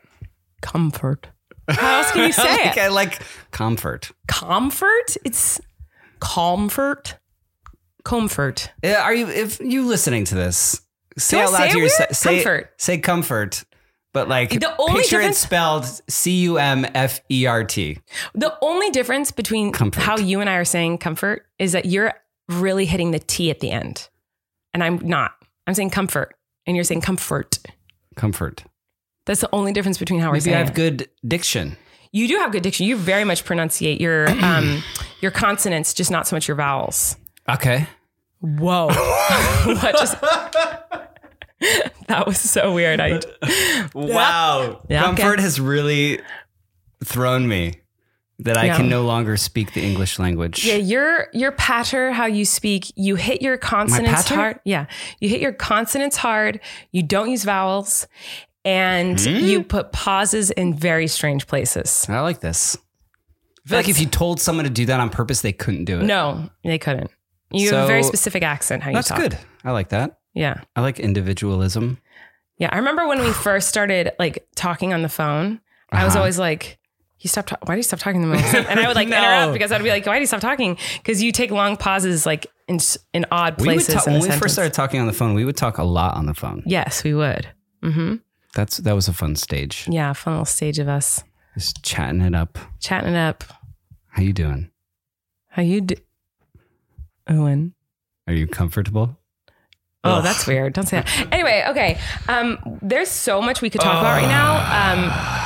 Speaker 3: Comfort. How else can you say
Speaker 4: like, I
Speaker 3: it?
Speaker 4: like comfort.
Speaker 3: Comfort? It's comfort. Comfort.
Speaker 4: Uh, Are you if you listening to this? Say
Speaker 3: Do I
Speaker 4: out loud
Speaker 3: say it
Speaker 4: to yourself.
Speaker 3: weird?
Speaker 4: Say
Speaker 3: Comfort.
Speaker 4: Say comfort. But like
Speaker 3: The only
Speaker 4: picture
Speaker 3: difference-
Speaker 4: it spelled C U M F E R T.
Speaker 3: The only difference between
Speaker 4: Comfort.
Speaker 3: how you and I are saying comfort is that you're really hitting the T at the end. And I'm not. I'm saying comfort. And you're saying comfort.
Speaker 4: Comfort.
Speaker 3: That's the only difference between how we're
Speaker 4: Maybe
Speaker 3: saying
Speaker 4: I have
Speaker 3: it.
Speaker 4: good diction.
Speaker 3: You do have good diction. You very much pronunciate your um, your consonants, just not so much your vowels.
Speaker 4: Okay.
Speaker 3: Whoa. what just That was so weird. I
Speaker 4: Wow.
Speaker 3: Yeah,
Speaker 4: Comfort
Speaker 3: okay.
Speaker 4: has really thrown me that I
Speaker 3: Yeah.
Speaker 4: can no longer speak the English language.
Speaker 3: Yeah, your your patter, how you speak, you hit your consonants
Speaker 4: patter?
Speaker 3: hard. Yeah. You hit your consonants hard. You don't use vowels and
Speaker 4: Hmm?
Speaker 3: you put pauses in very strange places.
Speaker 4: I like this. I feel like if you told someone to do that on purpose, they couldn't do it.
Speaker 3: No, they couldn't. You have a very
Speaker 4: So-
Speaker 3: specific accent how you
Speaker 4: That's
Speaker 3: talk.
Speaker 4: good. I like that.
Speaker 3: Yeah.
Speaker 4: I like individualism.
Speaker 3: Yeah, I remember when we first started like talking on the phone. I was always like, "You stop. Ta- why do you stop talking?" in The middle of something?" and I would like
Speaker 4: Uh-huh. No.
Speaker 3: interrupt because I'd be like, "Why do you stop talking?" Because you take long pauses like in s- in odd
Speaker 4: We would
Speaker 3: places.
Speaker 4: talk,
Speaker 3: in
Speaker 4: when
Speaker 3: a
Speaker 4: we first
Speaker 3: sentence.
Speaker 4: started talking on the phone, we would talk a lot on the phone.
Speaker 3: yes, we would. hmm
Speaker 4: That's that was a fun stage.
Speaker 3: Yeah, fun little stage of us
Speaker 4: Just chatting it up.
Speaker 3: chatting it up.
Speaker 4: How you doing?
Speaker 3: How you do, Owen?
Speaker 4: Are you comfortable?
Speaker 3: Oh, that's weird. Don't say that. Anyway, okay. Um, there's so much we could talk about right now.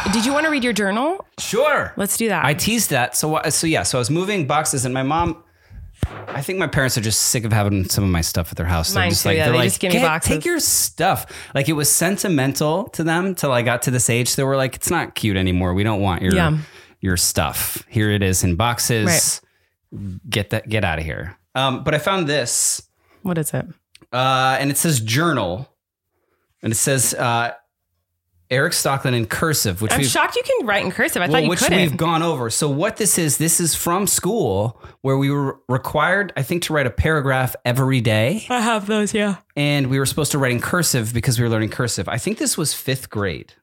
Speaker 3: Um, did you want to read your journal?
Speaker 4: Sure.
Speaker 3: Let's do that.
Speaker 4: I teased that. So wha- so yeah. So I was moving boxes, and my mom. I think my parents are just sick of having some of my stuff at their house.
Speaker 3: Mine
Speaker 4: just
Speaker 3: too, yeah. They just give me
Speaker 4: "Get-
Speaker 3: boxes."
Speaker 4: Take your stuff. Like it was sentimental to them till I got to this age. They were like, "It's not cute anymore. We don't want your
Speaker 3: Yeah.
Speaker 4: your stuff. Here it is in boxes. Get that. Get out of here." Um, but I found this
Speaker 3: what is it?
Speaker 4: uh, and it says journal, and it says uh, Eric Stockland in cursive, which
Speaker 3: I'm
Speaker 4: we've
Speaker 3: shocked you can write in cursive. I
Speaker 4: well,
Speaker 3: thought you
Speaker 4: which
Speaker 3: couldn't.
Speaker 4: we've gone over. So what this is, this is from school where we were required, I think, to write a paragraph every day,
Speaker 3: I have those, yeah.
Speaker 4: and we were supposed to write in cursive because we were learning cursive. I think this was fifth grade.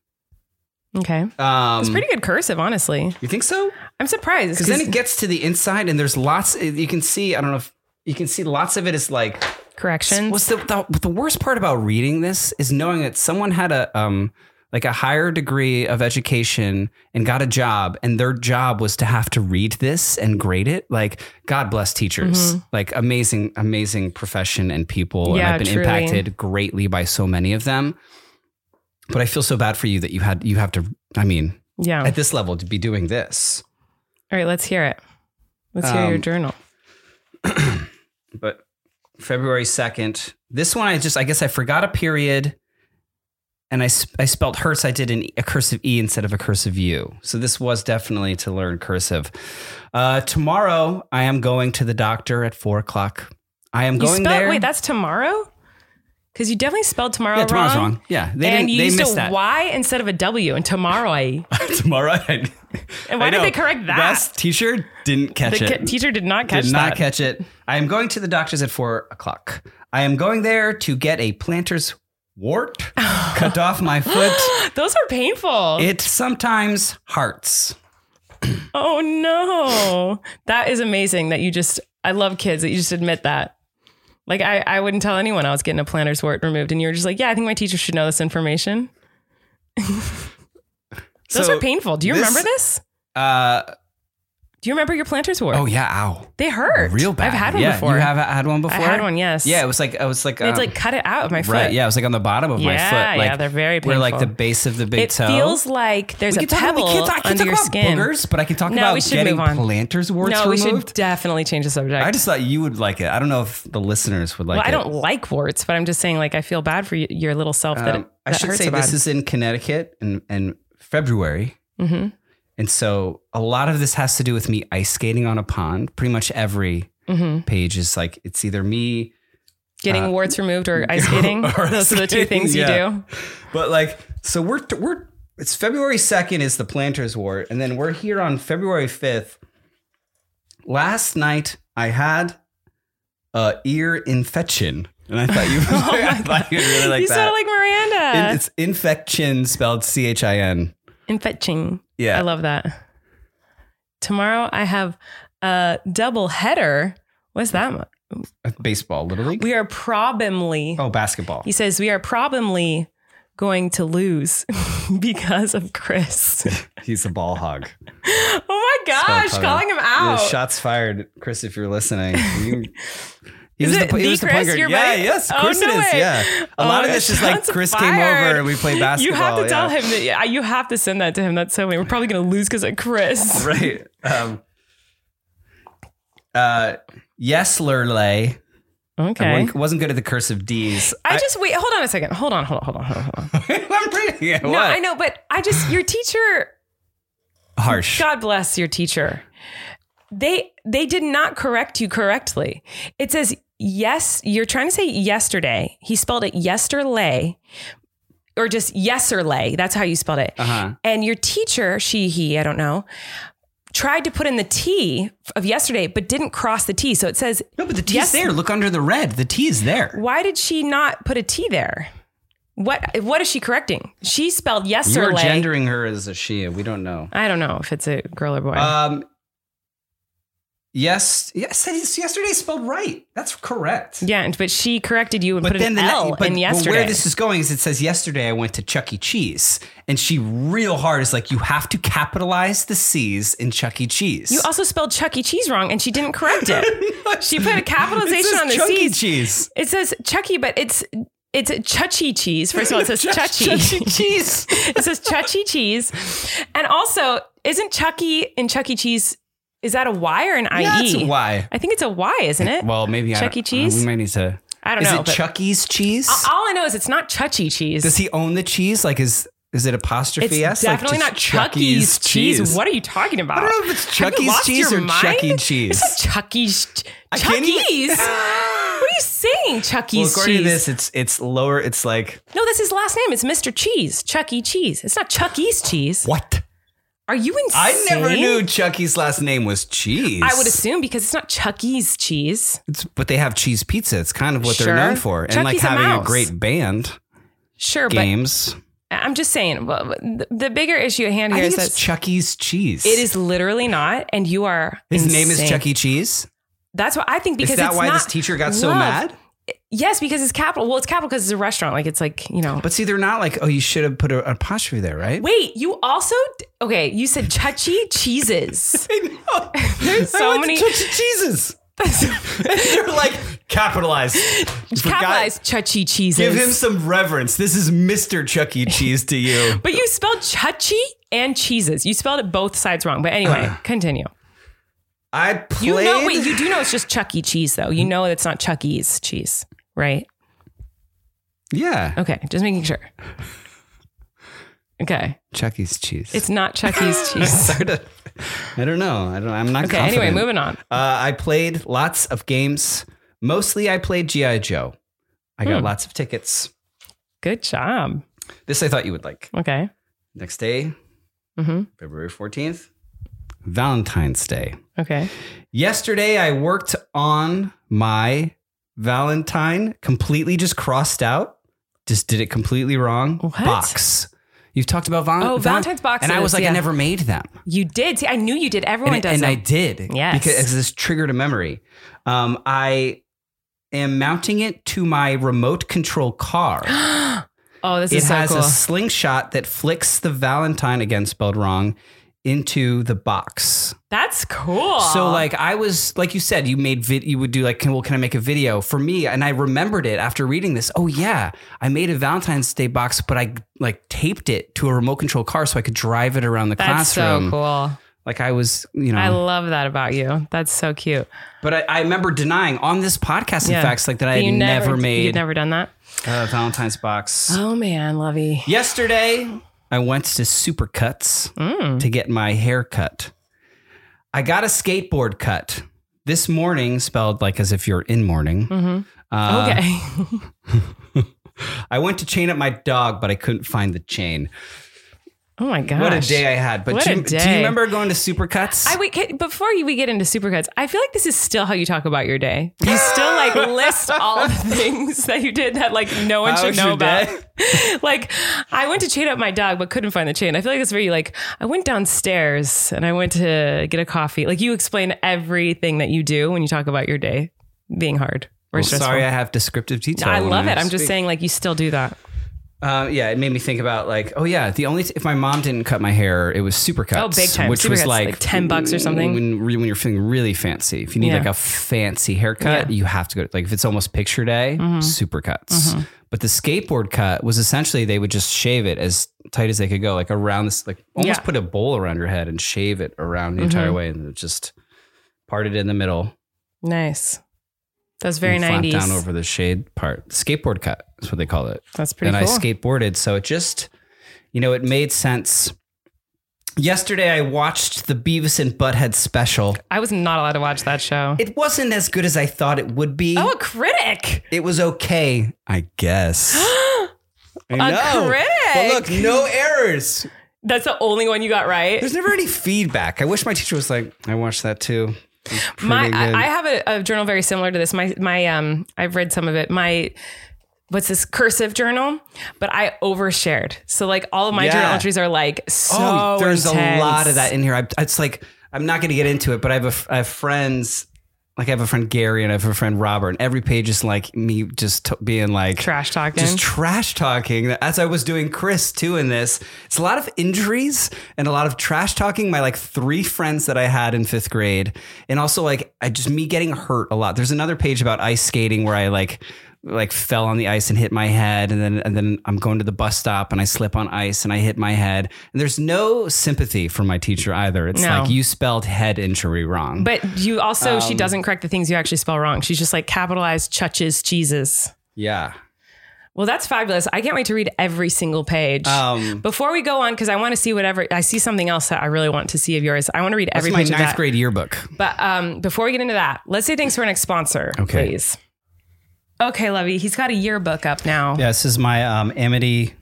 Speaker 3: Okay.
Speaker 4: Um,
Speaker 3: It's pretty good cursive, honestly.
Speaker 4: You think so?
Speaker 3: I'm surprised.
Speaker 4: Because then it gets to the inside, and there's lots. You can see. I don't know if you can see lots of it is like
Speaker 3: corrections.
Speaker 4: What's the, the the worst part about reading this is knowing that someone had a um like a higher degree of education and got a job, and their job was to have to read this and grade it. Like, God bless teachers. Like, amazing, amazing profession and people.
Speaker 3: Mm-hmm. Yeah,
Speaker 4: and I've been
Speaker 3: truly.
Speaker 4: impacted greatly by so many of them. But I feel so bad for you that you had you have to. I mean,
Speaker 3: yeah.
Speaker 4: at this level, to be doing this.
Speaker 3: All right, let's hear it. Let's hear your
Speaker 4: Um,
Speaker 3: journal.
Speaker 4: but February 2nd. This one I just I guess I forgot a period and I, sp- I spelled Hertz. I did an, a cursive E instead of a cursive U. So this was definitely to learn cursive. Uh, tomorrow, I am going to the doctor at four o'clock. I am
Speaker 3: You
Speaker 4: going
Speaker 3: spelled,
Speaker 4: there.
Speaker 3: Wait, that's tomorrow? Because you definitely spelled tomorrow
Speaker 4: yeah, tomorrow's
Speaker 3: wrong.
Speaker 4: wrong. Yeah, they
Speaker 3: and
Speaker 4: didn't.
Speaker 3: you
Speaker 4: they
Speaker 3: used
Speaker 4: missed
Speaker 3: a
Speaker 4: that.
Speaker 3: Y instead of a W, and tomorrow I.
Speaker 4: tomorrow. I,
Speaker 3: And why
Speaker 4: I
Speaker 3: did
Speaker 4: know.
Speaker 3: they correct that?
Speaker 4: Wes, teacher didn't catch
Speaker 3: the
Speaker 4: it.
Speaker 3: ki- teacher did not catch
Speaker 4: did not
Speaker 3: that.
Speaker 4: catch it. I am going to the doctor's at four o'clock. I am going there to get a plantar's wart cut off my foot.
Speaker 3: Those are painful.
Speaker 4: It sometimes hurts.
Speaker 3: oh no, that is amazing that you just. I love kids that you just admit that. Like I, I wouldn't tell anyone I was getting a plantar's wart removed, and you were just like, "Yeah, I think my teacher should know this information." Those
Speaker 4: So
Speaker 3: are painful. Do you
Speaker 4: this-
Speaker 3: remember this?
Speaker 4: Uh,
Speaker 3: Do you remember your plantar's wart?
Speaker 4: oh yeah, ow,
Speaker 3: they hurt
Speaker 4: real bad.
Speaker 3: I've had one
Speaker 4: Yeah,
Speaker 3: before.
Speaker 4: You have had one before.
Speaker 3: I had one. Yes.
Speaker 4: Yeah, it was like it was like
Speaker 3: And it's
Speaker 4: um,
Speaker 3: like cut it out of my foot.
Speaker 4: right. Yeah, it was like on the bottom of my
Speaker 3: Yeah,
Speaker 4: foot. Like,
Speaker 3: yeah, they're very
Speaker 4: Where like the
Speaker 3: painful.
Speaker 4: base of the big
Speaker 3: It
Speaker 4: toe.
Speaker 3: feels like there's
Speaker 4: we
Speaker 3: a
Speaker 4: can talk, we
Speaker 3: pebble
Speaker 4: can't talk, I can
Speaker 3: under
Speaker 4: talk
Speaker 3: your
Speaker 4: about
Speaker 3: skin.
Speaker 4: boogers, but I can talk
Speaker 3: No,
Speaker 4: about
Speaker 3: we should
Speaker 4: getting
Speaker 3: move on.
Speaker 4: plantars warts
Speaker 3: no, we
Speaker 4: removed.
Speaker 3: should definitely change the subject.
Speaker 4: I just thought you would like it. I don't know if the listeners would like
Speaker 3: well, I
Speaker 4: it.
Speaker 3: don't like warts, but I'm just saying, like, I feel bad for y- your little self that,
Speaker 4: Um,
Speaker 3: it,
Speaker 4: I
Speaker 3: that
Speaker 4: should
Speaker 3: hurts
Speaker 4: say
Speaker 3: so bad.
Speaker 4: this is in Connecticut in, in February.
Speaker 3: Mhm.
Speaker 4: And so a lot of this has to do with me ice skating on a pond. Pretty much every
Speaker 3: Mhm.
Speaker 4: page is like, it's either me,
Speaker 3: getting
Speaker 4: uh,
Speaker 3: warts removed or ice skating.
Speaker 4: or
Speaker 3: Those are the two
Speaker 4: skating,
Speaker 3: things you
Speaker 4: yeah.
Speaker 3: do.
Speaker 4: but like, so we're, we're, it's February 2nd is the planter's wart. And then we're here on February 5th. Last night I had a ear infection. And I thought you, I thought you would really like
Speaker 3: Oh you
Speaker 4: that.
Speaker 3: sound like Miranda.
Speaker 4: In- it's infection spelled C H I N.
Speaker 3: Infetching.
Speaker 4: Yeah.
Speaker 3: I love that. Tomorrow I have a double header. What's that? mo-
Speaker 4: Baseball, Little League.
Speaker 3: We are probably.
Speaker 4: oh, basketball.
Speaker 3: He says we are probably going to lose because of Chris.
Speaker 4: He's a ball hog.
Speaker 3: oh my gosh,
Speaker 4: Sorry, Tyler.
Speaker 3: calling him out.
Speaker 4: Yeah, shots fired, Chris. If you're listening, You- he
Speaker 3: Is it the
Speaker 4: point
Speaker 3: Chris,
Speaker 4: guard.
Speaker 3: your
Speaker 4: Yeah,
Speaker 3: buddy?
Speaker 4: yes, of
Speaker 3: Oh,
Speaker 4: course
Speaker 3: no
Speaker 4: it is.
Speaker 3: way.
Speaker 4: Yeah, a
Speaker 3: Oh
Speaker 4: lot of
Speaker 3: my
Speaker 4: this
Speaker 3: gosh,
Speaker 4: is like
Speaker 3: shots
Speaker 4: Chris came
Speaker 3: fired.
Speaker 4: over and we played basketball.
Speaker 3: You have to
Speaker 4: yeah.
Speaker 3: tell him that yeah, you have to send that to him. That's so weird. We're probably going to lose because of Chris.
Speaker 4: right? Um, uh, yes, Lurley. I
Speaker 3: Okay.
Speaker 4: wasn't- wasn't good at the cursive D's.
Speaker 3: I just wait. Hold on a second. Hold on. Hold on. Hold on. Hold on. Hold on.
Speaker 4: I'm pretty. Yeah,
Speaker 3: No,
Speaker 4: what?
Speaker 3: I know, but I just your teacher.
Speaker 4: Harsh.
Speaker 3: God bless your teacher. They they did not correct you correctly. It says yes. You're trying to say yesterday. He spelled it yesterlay, or just yesterlay. That's how you spelled it.
Speaker 4: Uh huh.
Speaker 3: And your teacher, she, he, I don't know, tried to put in the T of yesterday, but didn't cross the T. So it says,
Speaker 4: No, but the T's
Speaker 3: Yes.
Speaker 4: there. Look under the red. The T is there.
Speaker 3: why did she not put a T there? What what is she correcting? She spelled yes
Speaker 4: You're
Speaker 3: or lay.
Speaker 4: gendering her as a she. We don't know.
Speaker 3: I don't know if it's a girl or boy.
Speaker 4: Um. Yes. Yes. it's Yesterday spelled right. That's correct.
Speaker 3: yeah, but she corrected you and put an
Speaker 4: ne-
Speaker 3: L
Speaker 4: but-
Speaker 3: in
Speaker 4: but
Speaker 3: yesterday.
Speaker 4: where this is going is it says yesterday I went to Chuck E. Cheese, and she real hard is like you have to capitalize the C's in Chuck E. Cheese.
Speaker 3: you also spelled Chuck E. Cheese wrong, and she didn't correct it. she put a capitalization
Speaker 4: It says
Speaker 3: on the
Speaker 4: Chuck E.
Speaker 3: Cs.
Speaker 4: Cheese.
Speaker 3: it says Chuck E, but it's it's Chuchy cheese. First of all, it says
Speaker 4: Chuck E.
Speaker 3: Chuchy.
Speaker 4: Cheese.
Speaker 3: it says Chuck E. Cheese. And also, isn't Chucky in Chuck E. Cheese? Is that a Y or an IE?
Speaker 4: Yeah, that's why.
Speaker 3: I think it's a Y, isn't it?
Speaker 4: Well, maybe I
Speaker 3: E. Chuck E.
Speaker 4: don't-
Speaker 3: Cheese?
Speaker 4: We might need to.
Speaker 3: I don't
Speaker 4: is
Speaker 3: know.
Speaker 4: it
Speaker 3: but Uh,
Speaker 4: Chuck E.'s cheese?
Speaker 3: all I know is it's not Chuck E. Cheese.
Speaker 4: Does he own the cheese? Like is is it apostrophe
Speaker 3: it's
Speaker 4: S? Like,
Speaker 3: definitely
Speaker 4: just
Speaker 3: not Chuck E.'s cheese. What are you talking about?
Speaker 4: I don't know if it's
Speaker 3: Have
Speaker 4: Chuck
Speaker 3: you
Speaker 4: E.'s
Speaker 3: lost
Speaker 4: cheese
Speaker 3: your
Speaker 4: or Chuck E.
Speaker 3: mind?
Speaker 4: Cheese.
Speaker 3: It's not Chuck E.'s.
Speaker 4: I
Speaker 3: Chuck
Speaker 4: can't even-
Speaker 3: E.'s? What are you saying, Chuck
Speaker 4: Well,
Speaker 3: E.'s
Speaker 4: according to
Speaker 3: cheese?
Speaker 4: this, it's it's lower. It's like
Speaker 3: no, that's his last name. It's Mr. Cheese. Chuck E. Cheese. It's not Chuck E.'s cheese.
Speaker 4: what?
Speaker 3: Are you insane?
Speaker 4: I never knew Chucky's last name was Cheese.
Speaker 3: I would assume because it's not Chuck E.'s cheese.
Speaker 4: It's- but they have cheese pizza. It's kind of what
Speaker 3: Sure.
Speaker 4: they're known for, and like
Speaker 3: Chucky's a
Speaker 4: having a,
Speaker 3: mouse.
Speaker 4: great band.
Speaker 3: Sure,
Speaker 4: Games.
Speaker 3: but I'm just saying well, the, the bigger issue at hand
Speaker 4: I
Speaker 3: here
Speaker 4: think
Speaker 3: is
Speaker 4: it's
Speaker 3: that
Speaker 4: Chucky's cheese.
Speaker 3: it is literally not, and you are.
Speaker 4: His name is
Speaker 3: insane.
Speaker 4: Chuck E. Cheese.
Speaker 3: That's what I think because
Speaker 4: is that
Speaker 3: it's
Speaker 4: why
Speaker 3: not
Speaker 4: this teacher got so
Speaker 3: love.
Speaker 4: mad?
Speaker 3: Yes, because it's capital. Well, it's capital because it's a restaurant. Like it's like you know.
Speaker 4: But see, they're not like, oh, you should have put a- an apostrophe there, right?
Speaker 3: Wait, you also d- okay? You said Chuchy cheeses. There's
Speaker 4: I
Speaker 3: so
Speaker 4: went to
Speaker 3: many-
Speaker 4: Chuck E. Cheeses. they're like capitalized.
Speaker 3: Capitalized Chuchy E. cheeses.
Speaker 4: Give him some reverence. This is Mr. Chuck E. Cheese to you.
Speaker 3: But you spelled Chuchy and cheeses. You spelled it both sides wrong. But anyway, continue.
Speaker 4: I played.
Speaker 3: You know, wait, you do know it's just Chuck E. Cheese, though. You know it's not Chuck E.'s cheese, right?
Speaker 4: yeah.
Speaker 3: Okay, just making sure. Okay.
Speaker 4: Chuck E. Cheese.
Speaker 3: It's not Chuck E's cheese.
Speaker 4: Sort of. I don't know. I don't. I'm not.
Speaker 3: Okay. Anyway,
Speaker 4: confident.
Speaker 3: moving on.
Speaker 4: Uh, I played lots of games. Mostly, I played GI Joe. I
Speaker 3: Hmm.
Speaker 4: got lots of tickets.
Speaker 3: Good job.
Speaker 4: This I thought you would like.
Speaker 3: Okay.
Speaker 4: Next day,
Speaker 3: hmm
Speaker 4: February 14th, Valentine's Day.
Speaker 3: Okay.
Speaker 4: Yesterday, I worked on my Valentine, completely just crossed out, just did it completely wrong.
Speaker 3: What?
Speaker 4: Box. You've talked about Valentine's.
Speaker 3: Oh, Valentine's boxes,
Speaker 4: And I was like,
Speaker 3: yeah.
Speaker 4: I never made them.
Speaker 3: You did. See, I knew you did. Everyone
Speaker 4: and,
Speaker 3: does.
Speaker 4: and I
Speaker 3: them.
Speaker 4: did.
Speaker 3: Yes.
Speaker 4: Because this triggered a memory. Um, I am mounting it to my remote control car.
Speaker 3: oh, this
Speaker 4: it
Speaker 3: is so
Speaker 4: has
Speaker 3: cool.
Speaker 4: a slingshot that flicks the Valentine again spelled wrong into the box.
Speaker 3: That's cool.
Speaker 4: So like I was like you said you made vid- you would do like can well can I make a video for me and I remembered it after reading this. Oh yeah, I made a Valentine's Day box but I like taped it to a remote control car so I could drive it around the
Speaker 3: that's
Speaker 4: classroom.
Speaker 3: so cool.
Speaker 4: Like I was, you know.
Speaker 3: I love that about you. That's so cute.
Speaker 4: but I, I remember denying on this podcast in
Speaker 3: Yeah.
Speaker 4: fact like that I
Speaker 3: You
Speaker 4: had never, made
Speaker 3: You've never done that.
Speaker 4: a Valentine's box.
Speaker 3: Oh man, Lovey.
Speaker 4: Yesterday, I went to Supercuts
Speaker 3: Mm.
Speaker 4: to get my hair cut. I got a skateboard cut. This morning, spelled like as if you're in mourning. Uh,
Speaker 3: Mm-hmm. Okay.
Speaker 4: I went to chain up my dog, but I couldn't find the chain.
Speaker 3: oh my gosh.
Speaker 4: What a day I had. But
Speaker 3: What
Speaker 4: do,
Speaker 3: a
Speaker 4: you- do you
Speaker 3: day.
Speaker 4: remember going to Supercuts?
Speaker 3: I wait can, before you, we get into supercuts. I feel like this is still how you talk about your day. You still like list all the things that you did that like no one
Speaker 4: How
Speaker 3: should
Speaker 4: was
Speaker 3: know
Speaker 4: your
Speaker 3: about.
Speaker 4: day?
Speaker 3: like I went to chain up my dog but couldn't find the chain. I feel like it's very like I went downstairs and I went to get a coffee. Like you explain everything that you do when you talk about your day being hard or
Speaker 4: Well,
Speaker 3: stressful.
Speaker 4: sorry, I have descriptive detail.
Speaker 3: I
Speaker 4: when
Speaker 3: love it. I'm just
Speaker 4: speak.
Speaker 3: saying like you still do that.
Speaker 4: Uh, yeah, it made me think about like, oh yeah, the only if my mom didn't cut my hair, it was Supercuts.
Speaker 3: Oh, big time.
Speaker 4: which was
Speaker 3: Supercuts,
Speaker 4: like,
Speaker 3: like 10 bucks or something.
Speaker 4: When when you're feeling really fancy, if you need
Speaker 3: Yeah.
Speaker 4: like a fancy haircut, you have to go. Like if it's almost picture day,
Speaker 3: Mm-hmm.
Speaker 4: Supercuts. But the skateboard cut was essentially they would just shave it as tight as they could go, like around this, like almost
Speaker 3: Yeah. Mm-hmm.
Speaker 4: put a bowl around your head and shave it around the entire way, and just part it in the middle.
Speaker 3: Nice. That's very
Speaker 4: and flap
Speaker 3: 90s.
Speaker 4: down over the shade part. Skateboard cut is what they call it
Speaker 3: That's pretty
Speaker 4: and
Speaker 3: cool.
Speaker 4: I skateboarded. So it just, you know, it made sense. Yesterday, I watched the Beavis and Butthead special.
Speaker 3: I was not allowed to watch that show.
Speaker 4: It wasn't as good as I thought it would be.
Speaker 3: oh, a critic.
Speaker 4: It was okay, I guess. I
Speaker 3: critic!
Speaker 4: But look, no errors.
Speaker 3: That's the only one you got right.
Speaker 4: There's never any feedback. I wish my teacher was like, "I watched that too." It's pretty
Speaker 3: my I,
Speaker 4: good."
Speaker 3: I have a, a journal very similar to this. My my um I've read some of it. My what's this cursive journal? But I overshared. So like all of my
Speaker 4: Yeah.
Speaker 3: journal entries are like so
Speaker 4: oh, there's
Speaker 3: intense.
Speaker 4: a lot of that in here. I, it's like I'm not going to get into it, but I have a f I have friends. Like I have a friend Gary and I have a friend Robert, and every page is like me just t- being like
Speaker 3: Trash talking.
Speaker 4: just trash talking. As I was doing Chris too in this, it's a lot of injuries and a lot of trash talking. My like three friends that I had in fifth grade, and also like I just me getting hurt a lot. There's another page about ice skating where I like like fell on the ice and hit my head, and then and then I'm going to the bus stop and I slip on ice and I hit my head. And there's no sympathy for my teacher either. It's
Speaker 3: No.
Speaker 4: like you spelled head injury wrong.
Speaker 3: but you also
Speaker 4: Um,
Speaker 3: she doesn't correct the things you actually spell wrong. She's just like capitalized chuches cheeses.
Speaker 4: yeah,
Speaker 3: Well, that's fabulous. I can't wait to read every single page.
Speaker 4: Um,
Speaker 3: Before we go on, because I want to see whatever I see something else that I really want to see of yours. I want to read
Speaker 4: that's
Speaker 3: every
Speaker 4: my
Speaker 3: page of
Speaker 4: ninth
Speaker 3: that.
Speaker 4: grade yearbook.
Speaker 3: But um, before we get into that, let's say thanks for an sponsor,
Speaker 4: Okay.
Speaker 3: please. Okay, Lovey, he's got a yearbook up now.
Speaker 4: Yeah, this is my um, Amity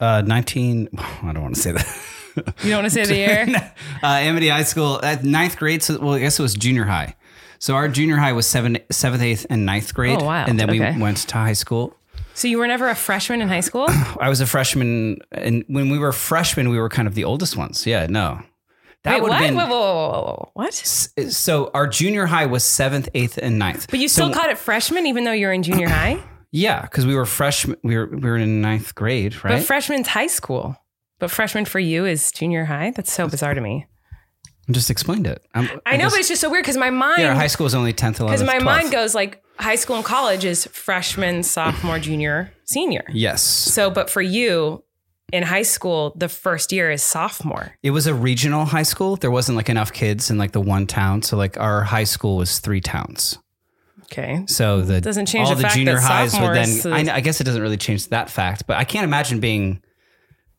Speaker 4: uh, 19. I don't want to say that.
Speaker 3: You don't want to say the year?
Speaker 4: uh, Amity High School at ninth grade. So, well, I guess it was junior high. So our junior high was seven, seventh, eighth, and ninth grade.
Speaker 3: Oh, wow.
Speaker 4: And then
Speaker 3: Okay.
Speaker 4: we went to high school.
Speaker 3: So you were never a freshman in high school?
Speaker 4: I was a freshman, and when we were freshmen, we were kind of the oldest ones. Yeah, no, that
Speaker 3: Wait,
Speaker 4: would
Speaker 3: what?
Speaker 4: have been.
Speaker 3: Whoa, whoa, whoa, whoa, whoa. What?
Speaker 4: S- So our junior high was seventh, eighth, and ninth.
Speaker 3: But you still called it freshman, even though you're in junior high.
Speaker 4: yeah, because we were freshmen. We were we were in ninth grade, right?
Speaker 3: But freshman's high school. But freshman for you is junior high. That's so bizarre to me.
Speaker 4: I just explained it. I'm-
Speaker 3: I know,
Speaker 4: just-
Speaker 3: but it's just so weird because my mind,
Speaker 4: yeah, our high school is only tenth, eleventh,
Speaker 3: because my
Speaker 4: 12th.
Speaker 3: mind goes like high school and college is freshman, sophomore, junior, senior.
Speaker 4: Yes.
Speaker 3: So, but for you in high school, the first year is sophomore.
Speaker 4: It was a regional high school. There wasn't like enough kids in like the one town. So like our high school was three towns.
Speaker 3: Okay.
Speaker 4: So the
Speaker 3: Doesn't change
Speaker 4: all
Speaker 3: the fact
Speaker 4: junior
Speaker 3: that
Speaker 4: highs would then.
Speaker 3: sophomores-
Speaker 4: I, I guess it doesn't really change that fact, but I can't imagine being.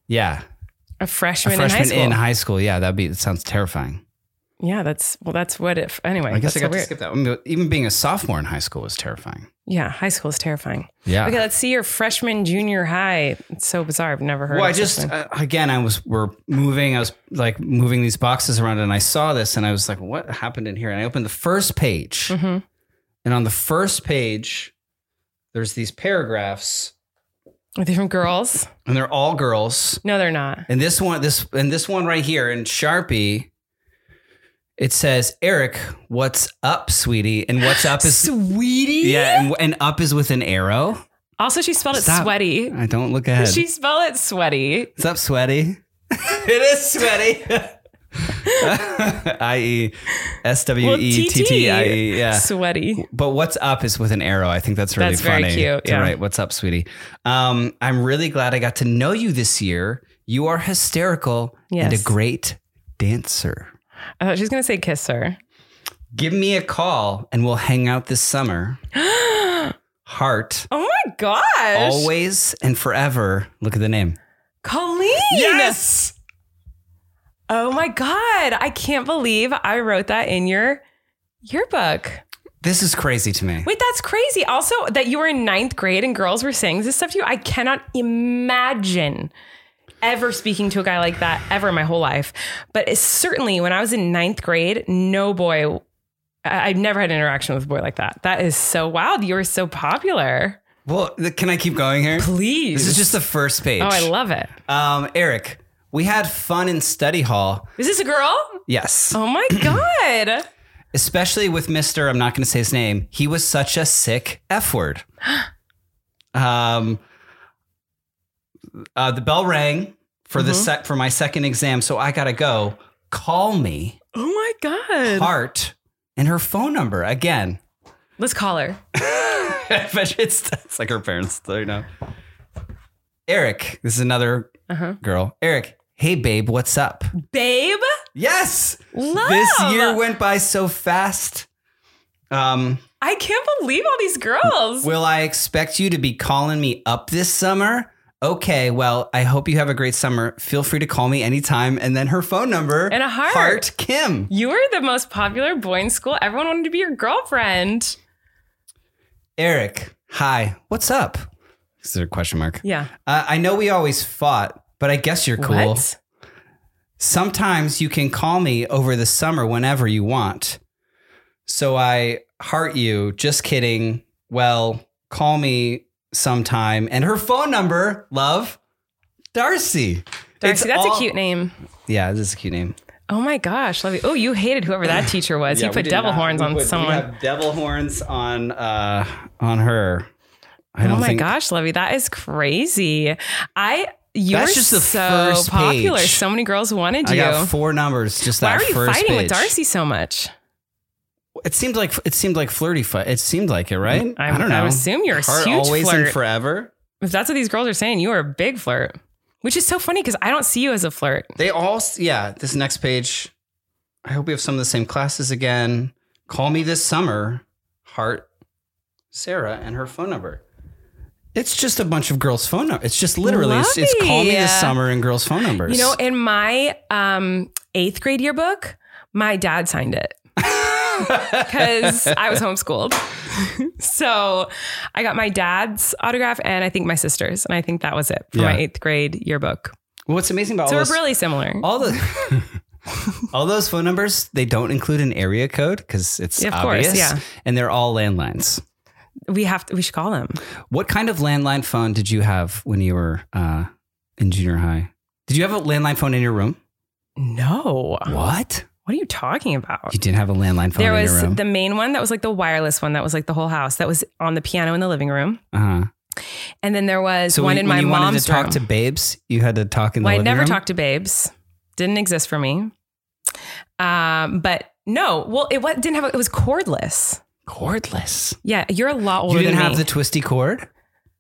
Speaker 4: Yeah.
Speaker 3: A freshman,
Speaker 4: a freshman
Speaker 3: in high school.
Speaker 4: Yeah, that'd be, it sounds terrifying.
Speaker 3: yeah, that's well, that's what if anyway.
Speaker 4: I guess
Speaker 3: that's
Speaker 4: I got
Speaker 3: so
Speaker 4: to
Speaker 3: weird.
Speaker 4: skip that one. but Even being a sophomore in high school was terrifying.
Speaker 3: Yeah, high school is terrifying.
Speaker 4: Yeah.
Speaker 3: Okay, let's see your freshman, junior high. It's so bizarre. I've never heard.
Speaker 4: Well,
Speaker 3: of
Speaker 4: I just
Speaker 3: freshman.
Speaker 4: uh, again, I was we're moving. I was like moving these boxes around, and I saw this, and I was like, "What happened in here?" And I opened the first page,
Speaker 3: Mhm.
Speaker 4: and on the first page, there's these paragraphs, uh,
Speaker 3: Are they from girls?
Speaker 4: and they're all girls.
Speaker 3: No, they're not.
Speaker 4: And this one, this and this one right here in Sharpie, it says, "Eric, what's up, sweetie?" And what's up is
Speaker 3: Sweetie.
Speaker 4: yeah, and, and up is with an arrow.
Speaker 3: Also, she spelled it
Speaker 4: Stop.
Speaker 3: sweaty.
Speaker 4: I don't look ahead.
Speaker 3: She spelled it sweaty.
Speaker 4: What's up, sweaty? it is sweaty. I E S W
Speaker 3: Well,
Speaker 4: E T T I E. Yeah.
Speaker 3: Sweaty.
Speaker 4: But what's up is with an arrow. I think that's really
Speaker 3: That's very
Speaker 4: funny.
Speaker 3: cute,
Speaker 4: To
Speaker 3: yeah.
Speaker 4: write what's up, sweetie. Um, I'm really glad I got to know you this year. You are hysterical and
Speaker 3: Yes.
Speaker 4: a great dancer.
Speaker 3: I thought she was Uh, gonna say kiss her.
Speaker 4: Give me a call and we'll hang out this summer. Heart,
Speaker 3: Oh my gosh.
Speaker 4: always and forever. Look at the name.
Speaker 3: Colleen. Oh my god. I can't believe I wrote that in your yearbook.
Speaker 4: This is crazy to me.
Speaker 3: Wait, that's crazy. Also, that you were in ninth grade and girls were saying this stuff to you. I cannot imagine ever speaking to a guy like that ever in my whole life. But it's certainly when I was in ninth grade, no boy, I, I've never had an interaction with a boy like that. That is so wild. You were so popular.
Speaker 4: Well, th- can I keep going here?
Speaker 3: Please.
Speaker 4: This is just the first page.
Speaker 3: Oh, I love it.
Speaker 4: Um, Eric, we had fun in study hall.
Speaker 3: Is this a girl?
Speaker 4: Yes.
Speaker 3: Oh my god.
Speaker 4: Especially with Mr. I'm not going to say his name. He was such a sick F word. um, uh, the bell rang for
Speaker 3: Mm-hmm.
Speaker 4: the sec- for my second exam, so I got to go. Call me,
Speaker 3: Oh my god.
Speaker 4: heart, and her phone number again.
Speaker 3: Let's call her.
Speaker 4: but it's, it's like her parents, you know. Eric, this is another
Speaker 3: Uh-huh.
Speaker 4: girl. Eric, hey babe, what's up?
Speaker 3: Babe.
Speaker 4: Yes,
Speaker 3: Love.
Speaker 4: this year went by so fast. Um,
Speaker 3: I can't believe all these girls.
Speaker 4: will I expect you to be calling me up this summer? Okay, well, I hope you have a great summer. Feel free to call me anytime. And then her phone number
Speaker 3: And a heart.
Speaker 4: heart Kim.
Speaker 3: You were the most popular boy in school. Everyone wanted to be your girlfriend.
Speaker 4: Eric, hi, what's up? Is there a question mark?
Speaker 3: Yeah.
Speaker 4: Uh, I know we always fought, but I guess you're cool.
Speaker 3: What?
Speaker 4: Sometimes you can call me over the summer whenever you want. So I heart you. Just kidding. Well, call me sometime. And her phone number, love, Darcy. It's
Speaker 3: Darcy, that's
Speaker 4: all-
Speaker 3: a cute name.
Speaker 4: Yeah, this is a cute name.
Speaker 3: Oh my gosh, love you. Oh, you hated whoever that teacher was.
Speaker 4: Yeah,
Speaker 3: he
Speaker 4: we
Speaker 3: put
Speaker 4: did
Speaker 3: devil
Speaker 4: not-
Speaker 3: horns
Speaker 4: we
Speaker 3: on
Speaker 4: put- we
Speaker 3: someone.
Speaker 4: have devil horns on uh on her. I don't
Speaker 3: Oh my
Speaker 4: think
Speaker 3: gosh, Lovey, that is crazy. I you
Speaker 4: That's
Speaker 3: were
Speaker 4: just the
Speaker 3: so
Speaker 4: first
Speaker 3: popular.
Speaker 4: page.
Speaker 3: So many girls wanted
Speaker 4: I
Speaker 3: you.
Speaker 4: got four numbers just
Speaker 3: Why
Speaker 4: that
Speaker 3: were you
Speaker 4: first
Speaker 3: fighting
Speaker 4: page.
Speaker 3: with Darcy so much?
Speaker 4: It seemed like it seemed like flirty fight. It seemed like it, right?
Speaker 3: I-
Speaker 4: I, don't
Speaker 3: I
Speaker 4: know.
Speaker 3: would assume you're a
Speaker 4: Heart
Speaker 3: huge
Speaker 4: always
Speaker 3: flirt.
Speaker 4: and forever.
Speaker 3: If that's what these girls are saying, you are a big flirt. Which is so funny because I don't see you as a flirt.
Speaker 4: They all, s- yeah. This next page. I hope we have some of the same classes again. Call me this summer, heart, Sarah, and her phone number. It's just a bunch of girls' phone numbers. It's just literally, it's, it's call me this
Speaker 3: Lovely.
Speaker 4: summer and girls' phone numbers.
Speaker 3: You know, in my um, eighth grade yearbook, my dad signed it because I was homeschooled. so I got my dad's autograph and I think my sister's. And I think that was it for my
Speaker 4: Yeah.
Speaker 3: eighth grade yearbook.
Speaker 4: what's amazing about
Speaker 3: so
Speaker 4: all
Speaker 3: we're
Speaker 4: those,
Speaker 3: really similar.
Speaker 4: all the all those phone numbers they don't include an area code because it's
Speaker 3: Yeah, of course,
Speaker 4: obvious.
Speaker 3: yeah.
Speaker 4: and they're all landlines.
Speaker 3: we have to, we should call them.
Speaker 4: What kind of landline phone did you have when you were uh, in junior high? Did you have a landline phone in your room?
Speaker 3: No.
Speaker 4: What?
Speaker 3: What are you talking about?
Speaker 4: Uh, You didn't have a landline phone
Speaker 3: There
Speaker 4: in
Speaker 3: was
Speaker 4: your room.
Speaker 3: the main one that was like the wireless one that was like the whole house that was on the piano in the living room.
Speaker 4: uh-huh.
Speaker 3: And then there was
Speaker 4: So
Speaker 3: one
Speaker 4: when,
Speaker 3: in
Speaker 4: when
Speaker 3: my
Speaker 4: you
Speaker 3: mom's
Speaker 4: wanted to talk
Speaker 3: room.
Speaker 4: to babes, you had to talk in the
Speaker 3: well, I
Speaker 4: living
Speaker 3: never
Speaker 4: room?
Speaker 3: talked to babes. Didn't exist for me. Um, but no, well, it what didn't have it was cordless.
Speaker 4: cordless.
Speaker 3: Yeah, you're a lot older
Speaker 4: you didn't
Speaker 3: than
Speaker 4: have
Speaker 3: me.
Speaker 4: the twisty cord.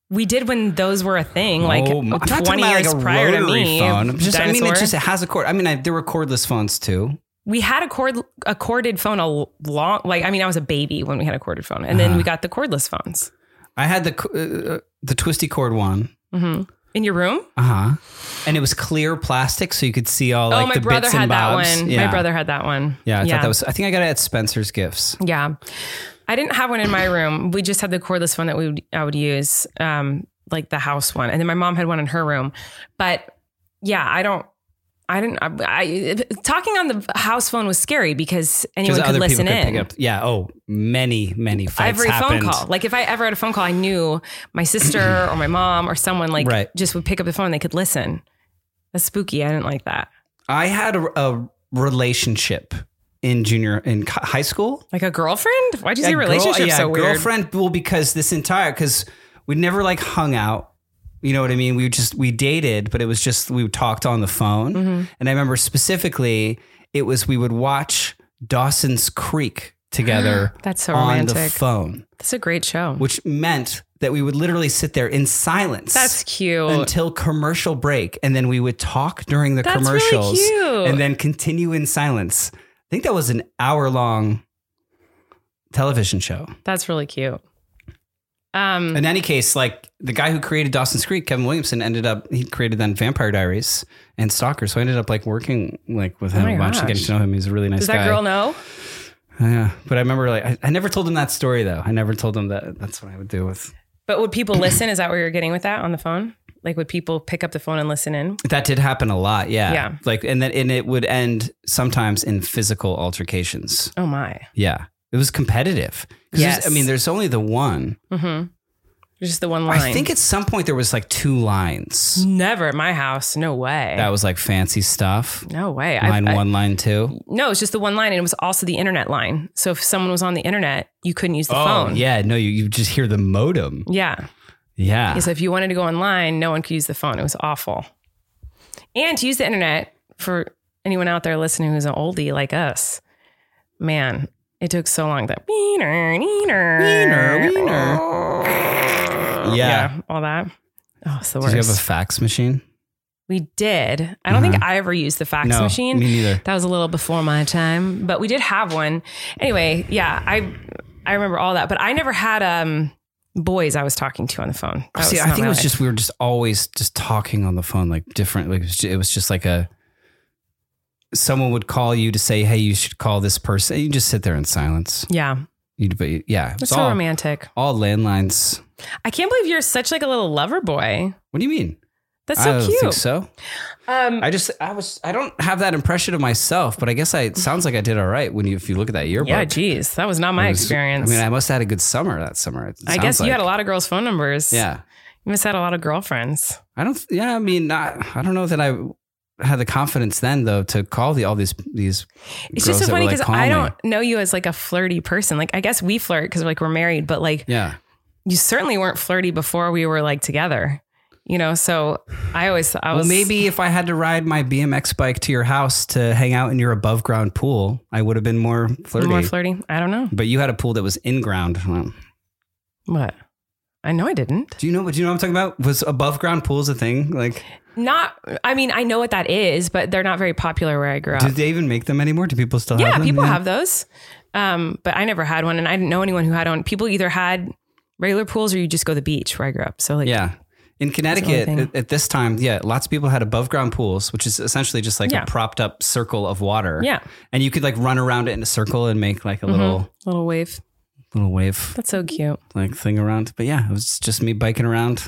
Speaker 3: we did when those were a thing, like
Speaker 4: Oh, my- I'm not talking
Speaker 3: 20
Speaker 4: about,
Speaker 3: years
Speaker 4: like a
Speaker 3: prior to
Speaker 4: rotary
Speaker 3: me.
Speaker 4: phone. I'm Just, I mean, it
Speaker 3: Dinosaur.
Speaker 4: just it has a cord. I mean, I, there were cordless phones too.
Speaker 3: we had a cord a corded phone a l- long like I mean I was a baby when we had a corded
Speaker 4: Uh-huh.
Speaker 3: phone, and then we got the cordless phones.
Speaker 4: I had the uh, the twisty uh, cord one.
Speaker 3: hmm in your room.
Speaker 4: Uh huh. And it was clear plastic, so you could see all like
Speaker 3: oh, my
Speaker 4: the
Speaker 3: brother
Speaker 4: bits and
Speaker 3: had that
Speaker 4: bobs.
Speaker 3: one.
Speaker 4: Yeah.
Speaker 3: My brother had that one.
Speaker 4: Yeah, I
Speaker 3: yeah.
Speaker 4: thought that was. I think I got it at Spencer's Gifts.
Speaker 3: Yeah, I didn't have one in my room. We just had the cordless one that we would, I would use, um, like the house one, and then my mom had one in her room. But yeah, I don't. I didn't. I, I talking on the house phone was scary because anyone could
Speaker 4: other
Speaker 3: listen
Speaker 4: people
Speaker 3: in.
Speaker 4: could pick up. Yeah. Oh, many, many fights
Speaker 3: Every
Speaker 4: happened.
Speaker 3: phone call, like if I ever had a phone call, I knew my sister or my mom or someone like
Speaker 4: Right.
Speaker 3: just would pick up the phone. and They could listen. That's spooky. I didn't like that.
Speaker 4: I had a, a relationship in junior in co- high school.
Speaker 3: Like a girlfriend? Why'd you say
Speaker 4: A girl-
Speaker 3: relationship
Speaker 4: yeah,
Speaker 3: so weird?
Speaker 4: Girlfriend. Well, because this entire because we never like hung out. You know what I mean? We just we dated, but it was just we talked on the phone.
Speaker 3: Mm-hmm.
Speaker 4: And I remember specifically, it was we would watch Dawson's Creek together.
Speaker 3: That's so
Speaker 4: on the
Speaker 3: romantic.
Speaker 4: phone,
Speaker 3: That's a great show.
Speaker 4: which meant that we would literally sit there in silence.
Speaker 3: That's cute.
Speaker 4: until commercial break, and then we would talk during the
Speaker 3: That's really
Speaker 4: commercials,
Speaker 3: cute.
Speaker 4: and then continue in silence. I think that was an hour long television show.
Speaker 3: That's really cute. Um,
Speaker 4: In any case, like the guy who created Dawson's Creek, Kevin Williamson, ended up he created then Vampire Diaries and Stalker. So I ended up like working like with him
Speaker 3: Oh my
Speaker 4: a bunch and
Speaker 3: gosh.
Speaker 4: getting to know him. He's a really nice
Speaker 3: does that
Speaker 4: guy.
Speaker 3: girl know?
Speaker 4: Yeah, but I remember like I, I never told him that story though. I never told him that that's what I would do with.
Speaker 3: But would people listen? Is that where you're getting with that on the phone? Like, would people pick up the phone and listen in?
Speaker 4: That did happen a lot, yeah.
Speaker 3: Yeah.
Speaker 4: Like and then and it would end sometimes in physical altercations.
Speaker 3: Oh my!
Speaker 4: Yeah. It was competitive. 'Cause there's-
Speaker 3: Yes.
Speaker 4: I mean, there's only the one.
Speaker 3: Mm-hmm. Just the one line.
Speaker 4: I think at some point there was like two lines.
Speaker 3: never at my house. No way.
Speaker 4: That was like fancy stuff.
Speaker 3: no way. I-
Speaker 4: Line
Speaker 3: I-
Speaker 4: one, line two.
Speaker 3: No, it's just the one line, and it was also the internet line. So if someone was on the internet, you couldn't use the phone.
Speaker 4: Oh, yeah. No, you, you just hear the modem.
Speaker 3: Yeah.
Speaker 4: Yeah.
Speaker 3: So if you wanted to go online, no one could use the phone. It was awful. And to use the internet for anyone out there listening who's an oldie like us, man, it took so long that weener, weener,
Speaker 4: Weener,
Speaker 3: weener. "Oh,
Speaker 4: Yeah.
Speaker 3: all that. Oh, it's the
Speaker 4: Did
Speaker 3: worst.
Speaker 4: you have a fax machine?
Speaker 3: we did. I don't think I ever used the fax
Speaker 4: Uh-huh. no,
Speaker 3: machine.
Speaker 4: me neither.
Speaker 3: That was a little before my time, but we did have one. Anyway, yeah, I I remember all that, but I never had um boys I was talking to on the phone. That
Speaker 4: Oh, See,
Speaker 3: was
Speaker 4: I
Speaker 3: not
Speaker 4: think
Speaker 3: my
Speaker 4: it was
Speaker 3: life.
Speaker 4: just, we were just always just talking on the phone, like different. Like it was ju- it was just like a, someone would call you to say, hey, you should call this person. You just sit there in silence.
Speaker 3: yeah.
Speaker 4: You'd be, yeah. It's
Speaker 3: That's so
Speaker 4: all,
Speaker 3: romantic.
Speaker 4: all landlines.
Speaker 3: I can't believe you're such like a little lover boy.
Speaker 4: What do you mean?
Speaker 3: That's so
Speaker 4: I don't
Speaker 3: cute.
Speaker 4: think so.
Speaker 3: Um,
Speaker 4: I just I was I don't have that impression of myself, but I guess I it sounds like I did all right when you if you look at that yearbook.
Speaker 3: yeah, geez, that was not my
Speaker 4: It was-
Speaker 3: experience.
Speaker 4: I mean, I must have had a good summer that summer. it
Speaker 3: I
Speaker 4: sounds
Speaker 3: guess you
Speaker 4: like.
Speaker 3: had a lot of girls' phone numbers.
Speaker 4: Yeah,
Speaker 3: you must have had a lot of girlfriends.
Speaker 4: I don't. Yeah, I mean, I, I don't know that I had the confidence then though to call the all these these. girls
Speaker 3: It's just so
Speaker 4: that were,
Speaker 3: funny
Speaker 4: like,
Speaker 3: because
Speaker 4: calling.
Speaker 3: I don't know you as like a flirty person. Like I guess we flirt because like we're married, but like
Speaker 4: Yeah,
Speaker 3: you certainly weren't flirty before we were like together. You know, so I always I was
Speaker 4: well, maybe if I had to ride my BMX bike to your house to hang out in your above ground pool, I would have been more flirty.
Speaker 3: more flirty. I don't know
Speaker 4: but you had a pool that was in ground. Well,
Speaker 3: what. I know I didn't.
Speaker 4: Do you know? Do you know what I'm talking about? Was above ground pools a thing? Like,
Speaker 3: Not. I mean, I know what that is, but they're not very popular where I grew up.
Speaker 4: do they even make them anymore? Do people still
Speaker 3: yeah
Speaker 4: have them?
Speaker 3: people have those um, but i never had one and i didn't know anyone who had one people either had regular pools or you just go to the beach where i grew up so like
Speaker 4: Yeah. In Connecticut
Speaker 3: thing.
Speaker 4: at, at this time, yeah, lots of people had above ground pools, which is essentially just like
Speaker 3: Yeah.
Speaker 4: a propped up circle of water.
Speaker 3: Yeah. Mm-hmm.
Speaker 4: And you could like run around it in a circle and make like a little
Speaker 3: little wave
Speaker 4: little wave
Speaker 3: that's so cute
Speaker 4: like thing around. But yeah, it was just me biking around.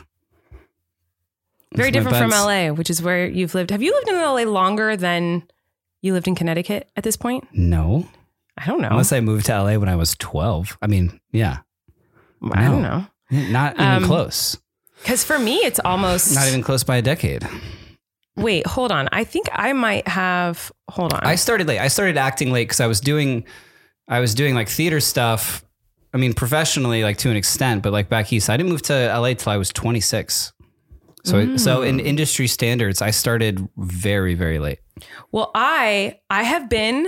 Speaker 3: very
Speaker 4: with my
Speaker 3: different from
Speaker 4: buds.
Speaker 3: la which is where you've lived have you lived in la longer than you lived in connecticut at this point
Speaker 4: No.
Speaker 3: i don't know
Speaker 4: Unless I moved to LA when I was 12. I mean, yeah.
Speaker 3: i don't
Speaker 4: no.
Speaker 3: know
Speaker 4: Not even
Speaker 3: Um,
Speaker 4: close.
Speaker 3: because for me it's almost
Speaker 4: Not even close by a decade.
Speaker 3: wait hold on i think i might have hold on
Speaker 4: I started late. I started acting late because I was doing, I was doing like theater stuff. I mean, professionally, like to an extent, but like back east, I didn't move to LA till I was 26. So, so in
Speaker 3: Mm.
Speaker 4: industry standards, I started very, very late.
Speaker 3: Well, I I have been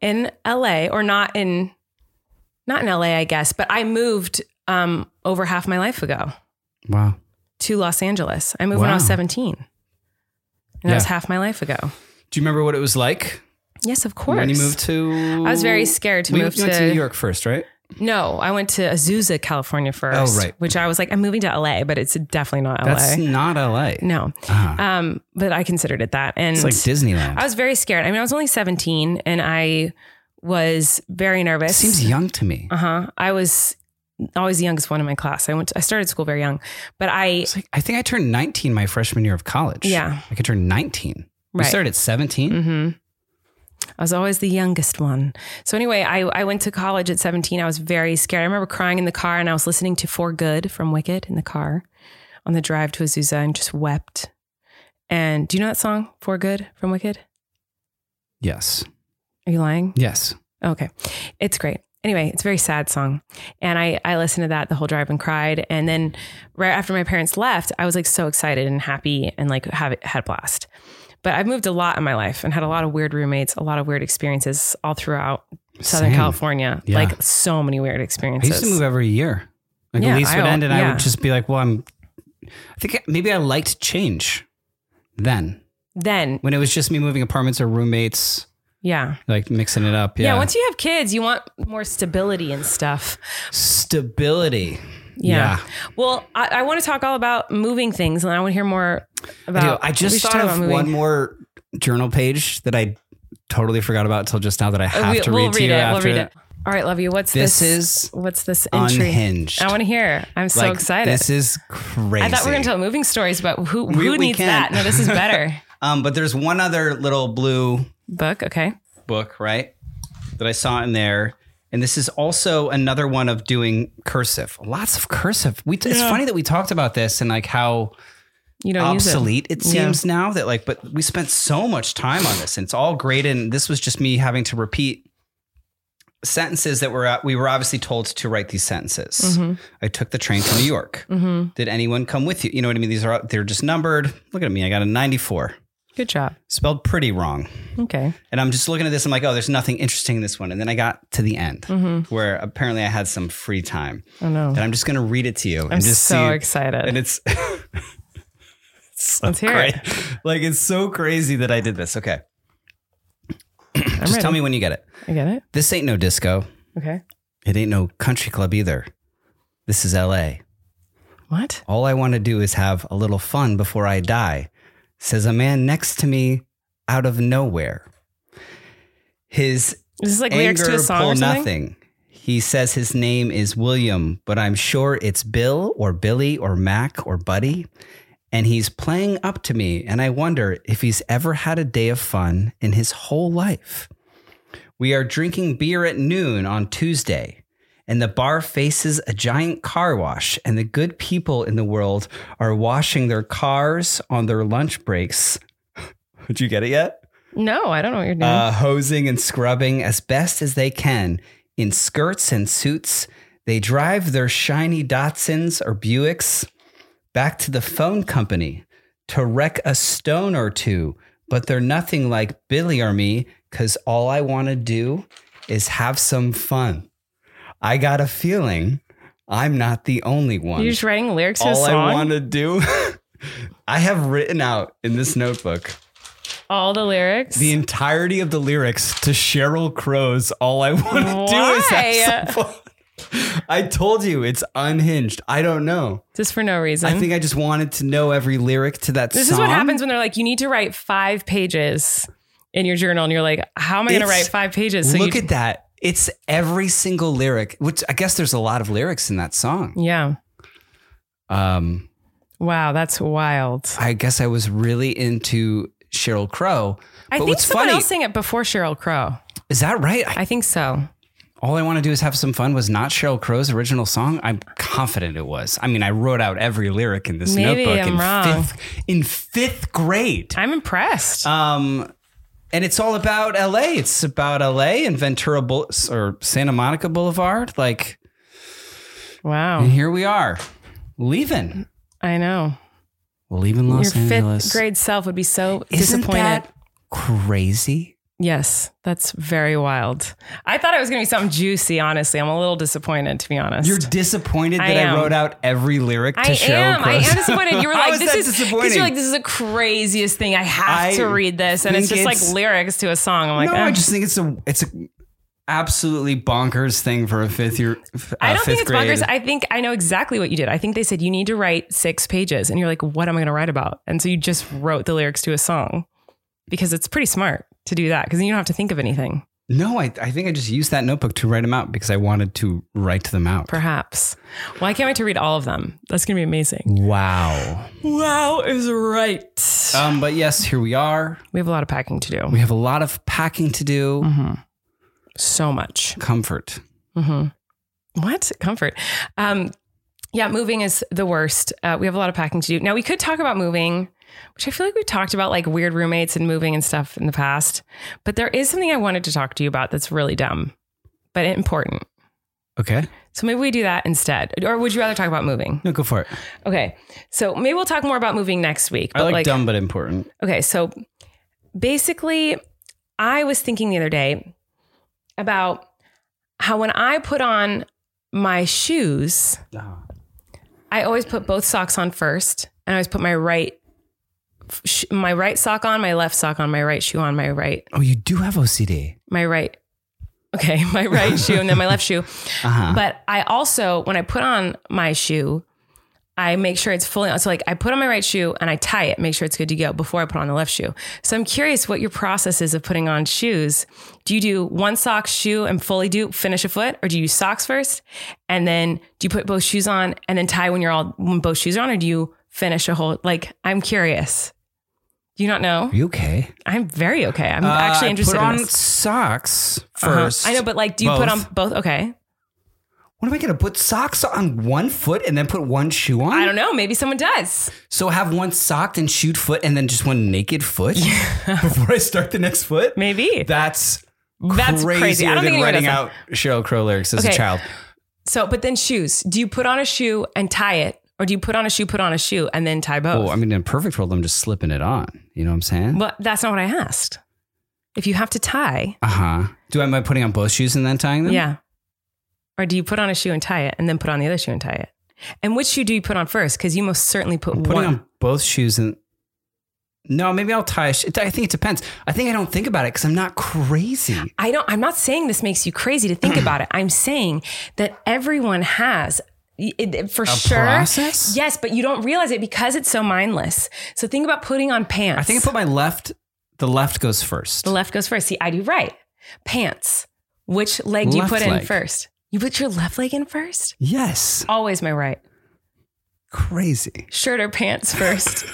Speaker 3: in LA or not in not in LA, I guess, but I moved um over half my life ago
Speaker 4: Wow.
Speaker 3: to Los Angeles. I moved when I was
Speaker 4: Wow.
Speaker 3: 17. And that was
Speaker 4: Yeah.
Speaker 3: half my life ago.
Speaker 4: Do you remember what it was like
Speaker 3: Yes, of course.
Speaker 4: when you moved to?
Speaker 3: I was very scared to
Speaker 4: We
Speaker 3: move
Speaker 4: went
Speaker 3: to-
Speaker 4: New York first, right?
Speaker 3: No, I went to Azusa, California first.
Speaker 4: Oh, right.
Speaker 3: Which I was like, I'm moving to LA, but it's definitely not LA.
Speaker 4: That's not LA.
Speaker 3: no.
Speaker 4: Ah,
Speaker 3: Um, but I considered it that. And
Speaker 4: it's like Disneyland.
Speaker 3: I was very scared. I mean, I was only 17 and I was very
Speaker 4: it
Speaker 3: nervous.
Speaker 4: seems young to me.
Speaker 3: Uh huh. I was always the youngest one in my class. I went. To, I started school very young, but I
Speaker 4: It's like, I think I turned 19 my freshman year of college.
Speaker 3: Yeah.
Speaker 4: I could turn 19. We
Speaker 3: Right.
Speaker 4: started at 17.
Speaker 3: hmm I was always the youngest one. So anyway, I, I went to college at 17. I was very scared. I remember crying in the car and I was listening to For Good from Wicked in the car on the drive to Azusa and just wept. And do you know that song, For Good from Wicked?
Speaker 4: Yes.
Speaker 3: Are you lying?
Speaker 4: Yes.
Speaker 3: Okay. It's great. Anyway, it's a very sad song. And I, I listened to that the whole drive and cried. And then right after my parents left, I was like so excited and happy and like have, had a blast. But I've moved a lot in my life and had a lot of weird roommates, a lot of weird experiences all throughout Southern
Speaker 4: Same.
Speaker 3: California.
Speaker 4: Yeah.
Speaker 3: Like so many weird
Speaker 4: I
Speaker 3: experiences.
Speaker 4: used to move every year. Like
Speaker 3: Yeah,
Speaker 4: a lease
Speaker 3: I
Speaker 4: would
Speaker 3: al-
Speaker 4: end, and I
Speaker 3: yeah.
Speaker 4: would just be like, "Well, I'm." I think maybe I liked change then,
Speaker 3: then,
Speaker 4: when it was just me moving apartments or roommates,
Speaker 3: yeah.
Speaker 4: like mixing it up.
Speaker 3: yeah.
Speaker 4: Yeah,
Speaker 3: Once you have kids, you want more stability and stuff.
Speaker 4: stability.
Speaker 3: Yeah.
Speaker 4: Yeah.
Speaker 3: Well, I, I want to talk all about moving things and I want to hear more
Speaker 4: I, do.
Speaker 3: about.
Speaker 4: I
Speaker 3: we
Speaker 4: just
Speaker 3: should
Speaker 4: thought
Speaker 3: talk
Speaker 4: of
Speaker 3: about moving.
Speaker 4: one more journal page that I totally forgot about till just now that I
Speaker 3: Uh,
Speaker 4: have to read to you
Speaker 3: it.
Speaker 4: after.
Speaker 3: We'll read it. All right, love you. What's
Speaker 4: This
Speaker 3: this?
Speaker 4: is
Speaker 3: what's this entry?
Speaker 4: unhinged.
Speaker 3: I want to hear. I'm so
Speaker 4: Like,
Speaker 3: excited.
Speaker 4: This is crazy.
Speaker 3: I thought we were going to tell moving stories, but who
Speaker 4: We-
Speaker 3: who
Speaker 4: we
Speaker 3: needs
Speaker 4: can.
Speaker 3: that? No, this is better.
Speaker 4: Um, but there's one other little blue
Speaker 3: Book. Okay.
Speaker 4: book, right? That I saw in there. And this is also another one of doing cursive. Lots of cursive. We it's funny that we talked about this and like how
Speaker 3: You don't
Speaker 4: obsolete it,
Speaker 3: Yeah.
Speaker 4: seems now that like but we spent so much time on this and it's all graded and this was just me having to repeat sentences that were uh, we were obviously told to write these sentences.
Speaker 3: Mm-hmm.
Speaker 4: I took the train to New York.
Speaker 3: use it. hmm
Speaker 4: Did anyone come with you? You know what I mean? These are they're just numbered. Look at me. I got a 94.
Speaker 3: Good job.
Speaker 4: Spelled pretty wrong.
Speaker 3: Okay.
Speaker 4: And I'm just looking at this. I'm like, oh, there's nothing interesting in this one. And then I got to the end
Speaker 3: Mm-hmm.
Speaker 4: where apparently I had some free time.
Speaker 3: Oh no.
Speaker 4: And I'm just going to read it to you.
Speaker 3: I'm
Speaker 4: and just
Speaker 3: so
Speaker 4: see-
Speaker 3: excited.
Speaker 4: And it's, it's so
Speaker 3: Let's hear it.
Speaker 4: cra- Like, it's so crazy that I did this. Okay.
Speaker 3: I'm
Speaker 4: just
Speaker 3: ready.
Speaker 4: tell me when you get it.
Speaker 3: I get it.
Speaker 4: This ain't no disco.
Speaker 3: Okay.
Speaker 4: It ain't no country club either. This is LA.
Speaker 3: What?
Speaker 4: All I want to do is have a little fun before I die, says a man next to me out of nowhere. His
Speaker 3: Is this like lyrics to a
Speaker 4: anger
Speaker 3: song
Speaker 4: pull
Speaker 3: or something?
Speaker 4: nothing. He says his name is William, but I'm sure it's Bill or Billy or Mac or Buddy. And he's playing up to me, and I wonder if he's ever had a day of fun in his whole life. We are drinking beer at noon on Tuesday, and the bar faces a giant car wash, and the good people in the world are washing their cars on their lunch breaks. Did you get it yet?
Speaker 3: No, I don't know what you're doing.
Speaker 4: uh, hosing and scrubbing as best as they can in skirts and suits. They drive their shiny Datsuns or Buicks back to the phone company to wreck a stone or two, but they're nothing like Billy or me because all I want to do is have some fun. I got a feeling I'm not the only one
Speaker 3: you're just writing lyrics to a
Speaker 4: all
Speaker 3: song.
Speaker 4: I want to do. I have written out in this notebook
Speaker 3: all the lyrics.
Speaker 4: the entirety of the lyrics to Cheryl Crow's "All I Want to Do Is Have Some Fun." I told you it's unhinged. I don't know.
Speaker 3: just for no reason.
Speaker 4: I think I just wanted to know every lyric to that
Speaker 3: Mm. This
Speaker 4: song.
Speaker 3: is what happens when they're like, you need to write five pages in your journal, and you're like, how am I going to
Speaker 4: It's-
Speaker 3: write five pages? you,
Speaker 4: Look at that. It's every single lyric, which I guess there's a lot of lyrics in that song.
Speaker 3: yeah.
Speaker 4: Um,
Speaker 3: Wow, that's wild.
Speaker 4: I guess I was really into Cheryl Crow.
Speaker 3: I
Speaker 4: but
Speaker 3: think
Speaker 4: what's
Speaker 3: someone
Speaker 4: funny
Speaker 3: else sang it before Cheryl Crow.
Speaker 4: is that right? I,
Speaker 3: I think so.
Speaker 4: All I want to do is have some fun was not Cheryl Crow's original song. I'm confident it was. I mean, I wrote out every lyric in this
Speaker 3: Maybe
Speaker 4: notebook
Speaker 3: I'm
Speaker 4: in
Speaker 3: wrong.
Speaker 4: fifth in fifth grade.
Speaker 3: I'm impressed.
Speaker 4: Um, and it's all about L.A. It's about L.A. and Ventura Boul- or Santa Monica Boulevard. Like, and
Speaker 3: wow.
Speaker 4: here we are, leaving.
Speaker 3: I know.
Speaker 4: We're leaving
Speaker 3: Your
Speaker 4: Los Angeles.
Speaker 3: fifth grade self would be so
Speaker 4: Isn't
Speaker 3: disappointed.
Speaker 4: that crazy?
Speaker 3: yes, that's very wild. I thought it was going to be something juicy, honestly. I'm a little disappointed, to be honest.
Speaker 4: You're disappointed
Speaker 3: I
Speaker 4: that I,
Speaker 3: am.
Speaker 4: wrote out every lyric to
Speaker 3: I
Speaker 4: Cheryl
Speaker 3: am. I
Speaker 4: Crow's-
Speaker 3: am disappointed. You were
Speaker 4: How
Speaker 3: like,
Speaker 4: is
Speaker 3: this
Speaker 4: that
Speaker 3: is
Speaker 4: disappointing.
Speaker 3: because you're like, this is the craziest thing. I have
Speaker 4: I
Speaker 3: to read this, and it's
Speaker 4: think
Speaker 3: just like
Speaker 4: it's-
Speaker 3: lyrics to a song. I'm like,
Speaker 4: no,
Speaker 3: eh.
Speaker 4: I just think it's a it's a absolutely bonkers thing for a fifth year. f-
Speaker 3: I
Speaker 4: uh,
Speaker 3: don't think
Speaker 4: fifth
Speaker 3: it's
Speaker 4: grade.
Speaker 3: bonkers. I think I know exactly what you did. I think they said you need to write six pages, and you're like, "What am I going to write about?" And so you just wrote the lyrics to a song because it's pretty smart to do that because you don't have to think of anything.
Speaker 4: no, I, I think I just used that notebook to write them out because I wanted to write them out.
Speaker 3: Perhaps. Well, I can't wait to read all of them. That's going to be amazing.
Speaker 4: Wow.
Speaker 3: Wow is right.
Speaker 4: Um, but yes, here we are.
Speaker 3: we have a lot of packing to do.
Speaker 4: We have a lot of packing to do.
Speaker 3: Mm-hmm. So much.
Speaker 4: Comfort. Mm-hmm.
Speaker 3: What comfort? Um, yeah, moving is the worst. Uh, we have a lot of packing to do. Now we could talk about moving, which I feel like we've talked about like weird roommates and moving and stuff in the past. But there is something I wanted to talk to you about that's really dumb, but important.
Speaker 4: Okay.
Speaker 3: So maybe we do that instead. Or would you rather talk about moving?
Speaker 4: No, go for it.
Speaker 3: Okay. So maybe we'll talk more about moving next week.
Speaker 4: I like, dumb but important.
Speaker 3: Okay, so basically, I was thinking the other day about how when I put on my shoes, I always put both socks on first, and I always put my right f- sh- my right sock on, my left sock on, my right shoe on, my right
Speaker 4: Oh, you do have OCD.
Speaker 3: my right okay my right shoe and then my left shoe
Speaker 4: Uh-huh.
Speaker 3: but i also when i put on my shoe i make sure it's fully on so like i put on my right shoe and i tie it make sure it's good to go before i put on the left shoe so i'm curious what your process is of putting on shoes do you do one sock shoe and fully do finish a foot or do you use socks first and then do you put both shoes on and then tie when you're all when both shoes are on or do you finish a whole like i'm curious do you not know
Speaker 4: Are you okay?
Speaker 3: i'm very okay i'm
Speaker 4: Uh,
Speaker 3: actually
Speaker 4: I
Speaker 3: interested
Speaker 4: Put on
Speaker 3: in this.
Speaker 4: socks
Speaker 3: Uh-huh.
Speaker 4: 1st
Speaker 3: I know, but like, do you put on
Speaker 4: Both.
Speaker 3: both? Okay.
Speaker 4: What am I going to put socks on one foot and then put one shoe on?
Speaker 3: I don't know. Maybe someone does.
Speaker 4: So have one socked and shoed foot and then just one naked foot before I start the next foot?
Speaker 3: Maybe.
Speaker 4: That's
Speaker 3: That's crazy. I
Speaker 4: crazier
Speaker 3: don't
Speaker 4: than
Speaker 3: think anyone
Speaker 4: writing
Speaker 3: does
Speaker 4: out Cheryl Crow lyrics as
Speaker 3: Okay.
Speaker 4: a child.
Speaker 3: so, but then shoes. Do you put on a shoe and tie it? Or do you put on a shoe, put on a shoe, and then tie both?
Speaker 4: Well, Oh, I mean, in a perfect world, I'm just slipping it on. You know what I'm saying?
Speaker 3: Oh. Well, that's not what I asked. If you have to tie,
Speaker 4: Uh huh. Do I am I putting on both shoes and then tying them?
Speaker 3: yeah. Or do you put on a shoe and tie it and then put on the other shoe and tie it? And which shoe do you put on first? Because you most certainly put
Speaker 4: I'm putting
Speaker 3: one.
Speaker 4: on both shoes and. No, maybe I'll tie. A sh- I think it depends. I think I don't think about it because I'm not crazy.
Speaker 3: I don't, I'm not saying this makes you crazy to think about it. I'm saying that everyone has. It, it- for sure.
Speaker 4: process?
Speaker 3: Yes, but you don't realize it because it's so mindless. So think about putting on pants.
Speaker 4: I think I put my left. The left goes first.
Speaker 3: the left goes first. See, I do right. Pants. Which leg do you
Speaker 4: Left
Speaker 3: put in
Speaker 4: leg.
Speaker 3: first? You put your left leg in first?
Speaker 4: yes.
Speaker 3: Always my right.
Speaker 4: Crazy.
Speaker 3: Shirt or pants first?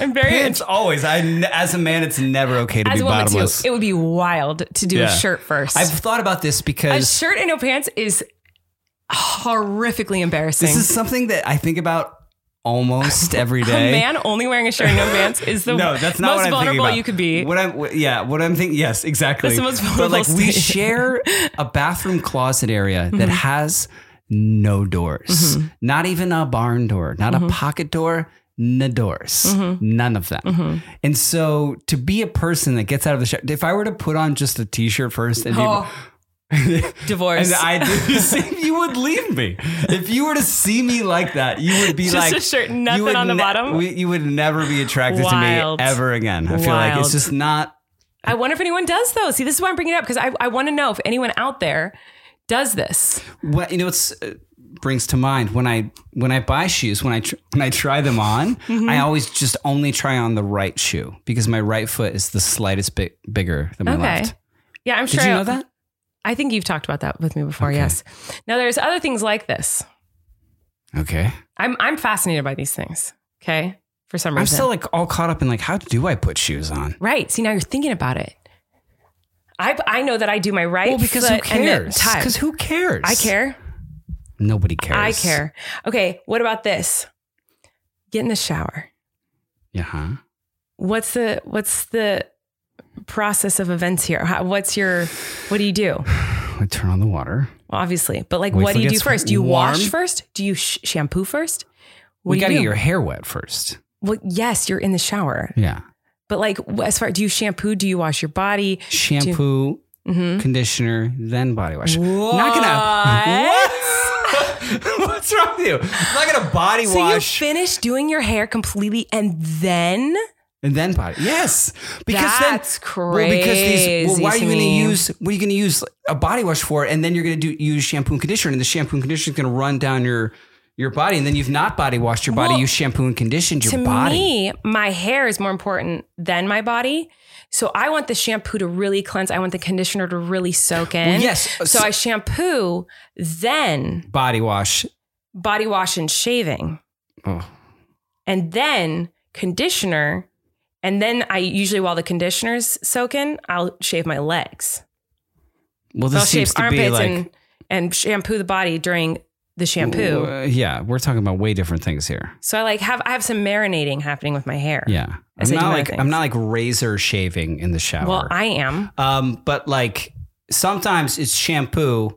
Speaker 3: I'm very
Speaker 4: Pants always. I n- as a man, it's never okay to
Speaker 3: as
Speaker 4: be
Speaker 3: a woman too.
Speaker 4: bottomless.
Speaker 3: It would be wild to do a
Speaker 4: Yeah.
Speaker 3: shirt 1st
Speaker 4: I've thought about this
Speaker 3: a
Speaker 4: because
Speaker 3: shirt and no pants is horrifically embarrassing.
Speaker 4: this is something that I think about almost every day.
Speaker 3: A man only wearing a shirt and no pants is the
Speaker 4: no, that's not
Speaker 3: most
Speaker 4: what I'm thinking
Speaker 3: vulnerable
Speaker 4: about.
Speaker 3: you could be.
Speaker 4: What I'm, what- yeah, what I'm thinking. Yes, exactly.
Speaker 3: That's the most
Speaker 4: But
Speaker 3: vulnerable
Speaker 4: like, we
Speaker 3: state. Mm-hmm.
Speaker 4: share a bathroom closet area that has no doors, not even a barn door, not
Speaker 3: Mm-hmm.
Speaker 4: a pocket door, no doors, none of them.
Speaker 3: Mm-hmm.
Speaker 4: And so, to be a person that gets out of the shower, if I were to put on just a t-shirt first and.
Speaker 3: Oh.
Speaker 4: people-
Speaker 3: Divorce.
Speaker 4: And I did the same. You would leave me if you were to see me like that. You would be
Speaker 3: Just
Speaker 4: like
Speaker 3: a shirt,
Speaker 4: you
Speaker 3: nothing
Speaker 4: would
Speaker 3: on the
Speaker 4: ne-
Speaker 3: bottom?
Speaker 4: we- you would never be attracted
Speaker 3: Wild.
Speaker 4: to me ever again. I feel like
Speaker 3: Wild.
Speaker 4: it's just not.
Speaker 3: I wonder if anyone does though. See, this is why I'm bringing it up because I, I want to know if anyone out there does this.
Speaker 4: What you know, it's uh, brings to mind when I when I buy shoes when I tr- when I try them on,
Speaker 3: Mm-hmm.
Speaker 4: I always just only try on the right shoe because my right foot is the slightest bit bigger than my
Speaker 3: Okay.
Speaker 4: left.
Speaker 3: Yeah, I'm
Speaker 4: Did
Speaker 3: sure.
Speaker 4: you
Speaker 3: I-
Speaker 4: know that?
Speaker 3: I think you've talked about that with me before.
Speaker 4: Okay.
Speaker 3: Yes. Now there's other things like this.
Speaker 4: Okay,
Speaker 3: I'm I'm fascinated by these things. Okay. For some reason.
Speaker 4: I'm still like all caught up in like how do I put shoes on?
Speaker 3: right. See, now you're thinking about it. I I know that I do my right.
Speaker 4: well, because who
Speaker 3: foot and then
Speaker 4: cares?
Speaker 3: tie.
Speaker 4: Because who cares?
Speaker 3: I care.
Speaker 4: Nobody cares.
Speaker 3: I care. Okay. What about this? Get in the shower.
Speaker 4: Yeah. huh?
Speaker 3: What's the what's the process of events here? How, what's your what do you do?
Speaker 4: I turn on the water.
Speaker 3: Well, obviously, but like,
Speaker 4: Wait
Speaker 3: what
Speaker 4: till
Speaker 3: do you
Speaker 4: it
Speaker 3: do
Speaker 4: gets
Speaker 3: first? Do you
Speaker 4: warm.
Speaker 3: wash first? Do you sh- shampoo first? What
Speaker 4: we
Speaker 3: do
Speaker 4: gotta
Speaker 3: you
Speaker 4: get
Speaker 3: do?
Speaker 4: your hair wet first.
Speaker 3: well, yes, you're in the shower,
Speaker 4: Yeah.
Speaker 3: but like, wh- as far do you shampoo? Do you wash your body?
Speaker 4: Shampoo,
Speaker 3: Mm-hmm.
Speaker 4: conditioner, then body wash.
Speaker 3: What?
Speaker 4: Not gonna What? What's wrong with you? I'm not gonna body
Speaker 3: So you
Speaker 4: wash.
Speaker 3: finish doing your hair completely, and then
Speaker 4: And then body. Yes. Because then-
Speaker 3: That's
Speaker 4: Well, because these well,
Speaker 3: crazy
Speaker 4: why are
Speaker 3: to
Speaker 4: you gonna
Speaker 3: me.
Speaker 4: use what are you gonna use a body wash for? And then you're gonna do use shampoo and conditioner, and the shampoo and conditioner is gonna run down your your body, and then you've not body washed your body,
Speaker 3: Well,
Speaker 4: you shampoo and conditioned your
Speaker 3: to
Speaker 4: body.
Speaker 3: me, my hair is more important than my body. So I want the shampoo to really cleanse. I want the conditioner to really soak in.
Speaker 4: yes. uh,
Speaker 3: So I shampoo, then
Speaker 4: body wash.
Speaker 3: body wash and shaving,
Speaker 4: Oh.
Speaker 3: and then conditioner. And then I usually, while the conditioner's soaking, I'll shave my legs.
Speaker 4: Well,
Speaker 3: So
Speaker 4: this
Speaker 3: I'll shave
Speaker 4: seems to be
Speaker 3: armpits
Speaker 4: like
Speaker 3: and, and shampoo the body during the shampoo.
Speaker 4: Uh, yeah, we're talking about way different things here.
Speaker 3: So I like have I have some marinating happening with my hair.
Speaker 4: Yeah,
Speaker 3: As
Speaker 4: I'm
Speaker 3: I
Speaker 4: not
Speaker 3: do my
Speaker 4: like
Speaker 3: things.
Speaker 4: I'm not like razor shaving in the shower.
Speaker 3: Well, I am.
Speaker 4: um, but like sometimes it's shampoo,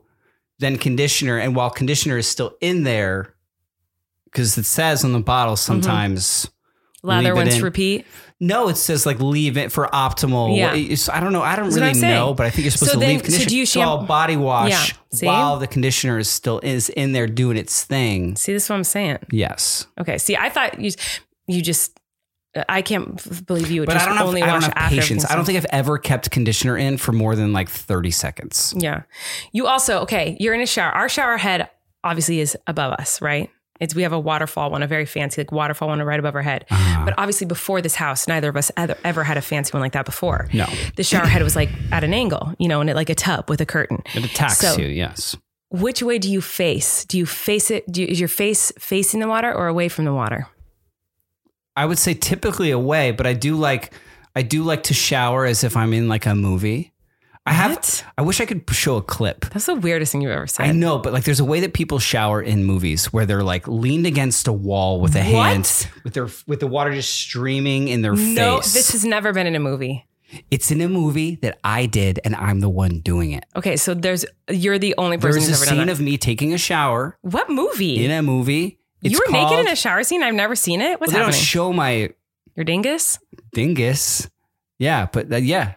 Speaker 4: then conditioner, and while conditioner is still in there, because it says on the bottle
Speaker 3: Mm-hmm.
Speaker 4: sometimes.
Speaker 3: Lather
Speaker 4: Leave it
Speaker 3: rinse,
Speaker 4: in.
Speaker 3: repeat.
Speaker 4: No, it says like leave it for optimal.
Speaker 3: Yeah.
Speaker 4: It's- I don't know. I don't
Speaker 3: That's what
Speaker 4: really
Speaker 3: I'm saying.
Speaker 4: know, but I think you're supposed
Speaker 3: So
Speaker 4: to
Speaker 3: then-
Speaker 4: leave
Speaker 3: so
Speaker 4: conditioner.
Speaker 3: do you
Speaker 4: so I'll
Speaker 3: shamp-
Speaker 4: body wash
Speaker 3: Yeah, see?
Speaker 4: while the conditioner is still is in there doing its thing.
Speaker 3: See, this is what I'm saying.
Speaker 4: Yes.
Speaker 3: Okay. See, I thought you you just I can't f- believe you would
Speaker 4: But I
Speaker 3: just
Speaker 4: don't have,
Speaker 3: only
Speaker 4: I don't
Speaker 3: wash
Speaker 4: have
Speaker 3: after
Speaker 4: patience.
Speaker 3: everything's
Speaker 4: I don't
Speaker 3: done.
Speaker 4: think I've ever kept conditioner in for more than like 30 seconds.
Speaker 3: Yeah. You also okay. You're in a shower. Our shower head obviously is above us, right? It's we have a waterfall one, a very fancy like waterfall one right above our head.
Speaker 4: Uh-huh.
Speaker 3: But obviously, before this house, neither of us ever, ever had a fancy one like that before.
Speaker 4: No.
Speaker 3: the shower head was like at an angle, you know, and it like a tub with a curtain.
Speaker 4: It attacks
Speaker 3: So-
Speaker 4: you, yes.
Speaker 3: Which way do you face? Do you face it? Do you, is your face facing the water or away from the water?
Speaker 4: I would say typically away, but I do like I do like to shower as if I'm in like a movie. I have
Speaker 3: What?
Speaker 4: I wish I could show a clip.
Speaker 3: That's the weirdest thing you've ever said.
Speaker 4: I know, but like there's a way that people shower in movies where they're like leaned against a wall with a hand with their with the water just streaming in their
Speaker 3: No,
Speaker 4: face.
Speaker 3: this has never been in a movie.
Speaker 4: it's in a movie that I did and I'm the one doing it.
Speaker 3: Okay, so there's you're the only person
Speaker 4: There's
Speaker 3: who's
Speaker 4: a
Speaker 3: ever done
Speaker 4: scene
Speaker 3: that.
Speaker 4: of me taking a shower
Speaker 3: what movie?
Speaker 4: in a movie. It's
Speaker 3: you were naked in
Speaker 4: called-
Speaker 3: a shower scene. I've never seen it.
Speaker 4: Well,
Speaker 3: What's
Speaker 4: they don't
Speaker 3: happening?
Speaker 4: show my
Speaker 3: Your dingus.
Speaker 4: dingus. Yeah, but uh, yeah,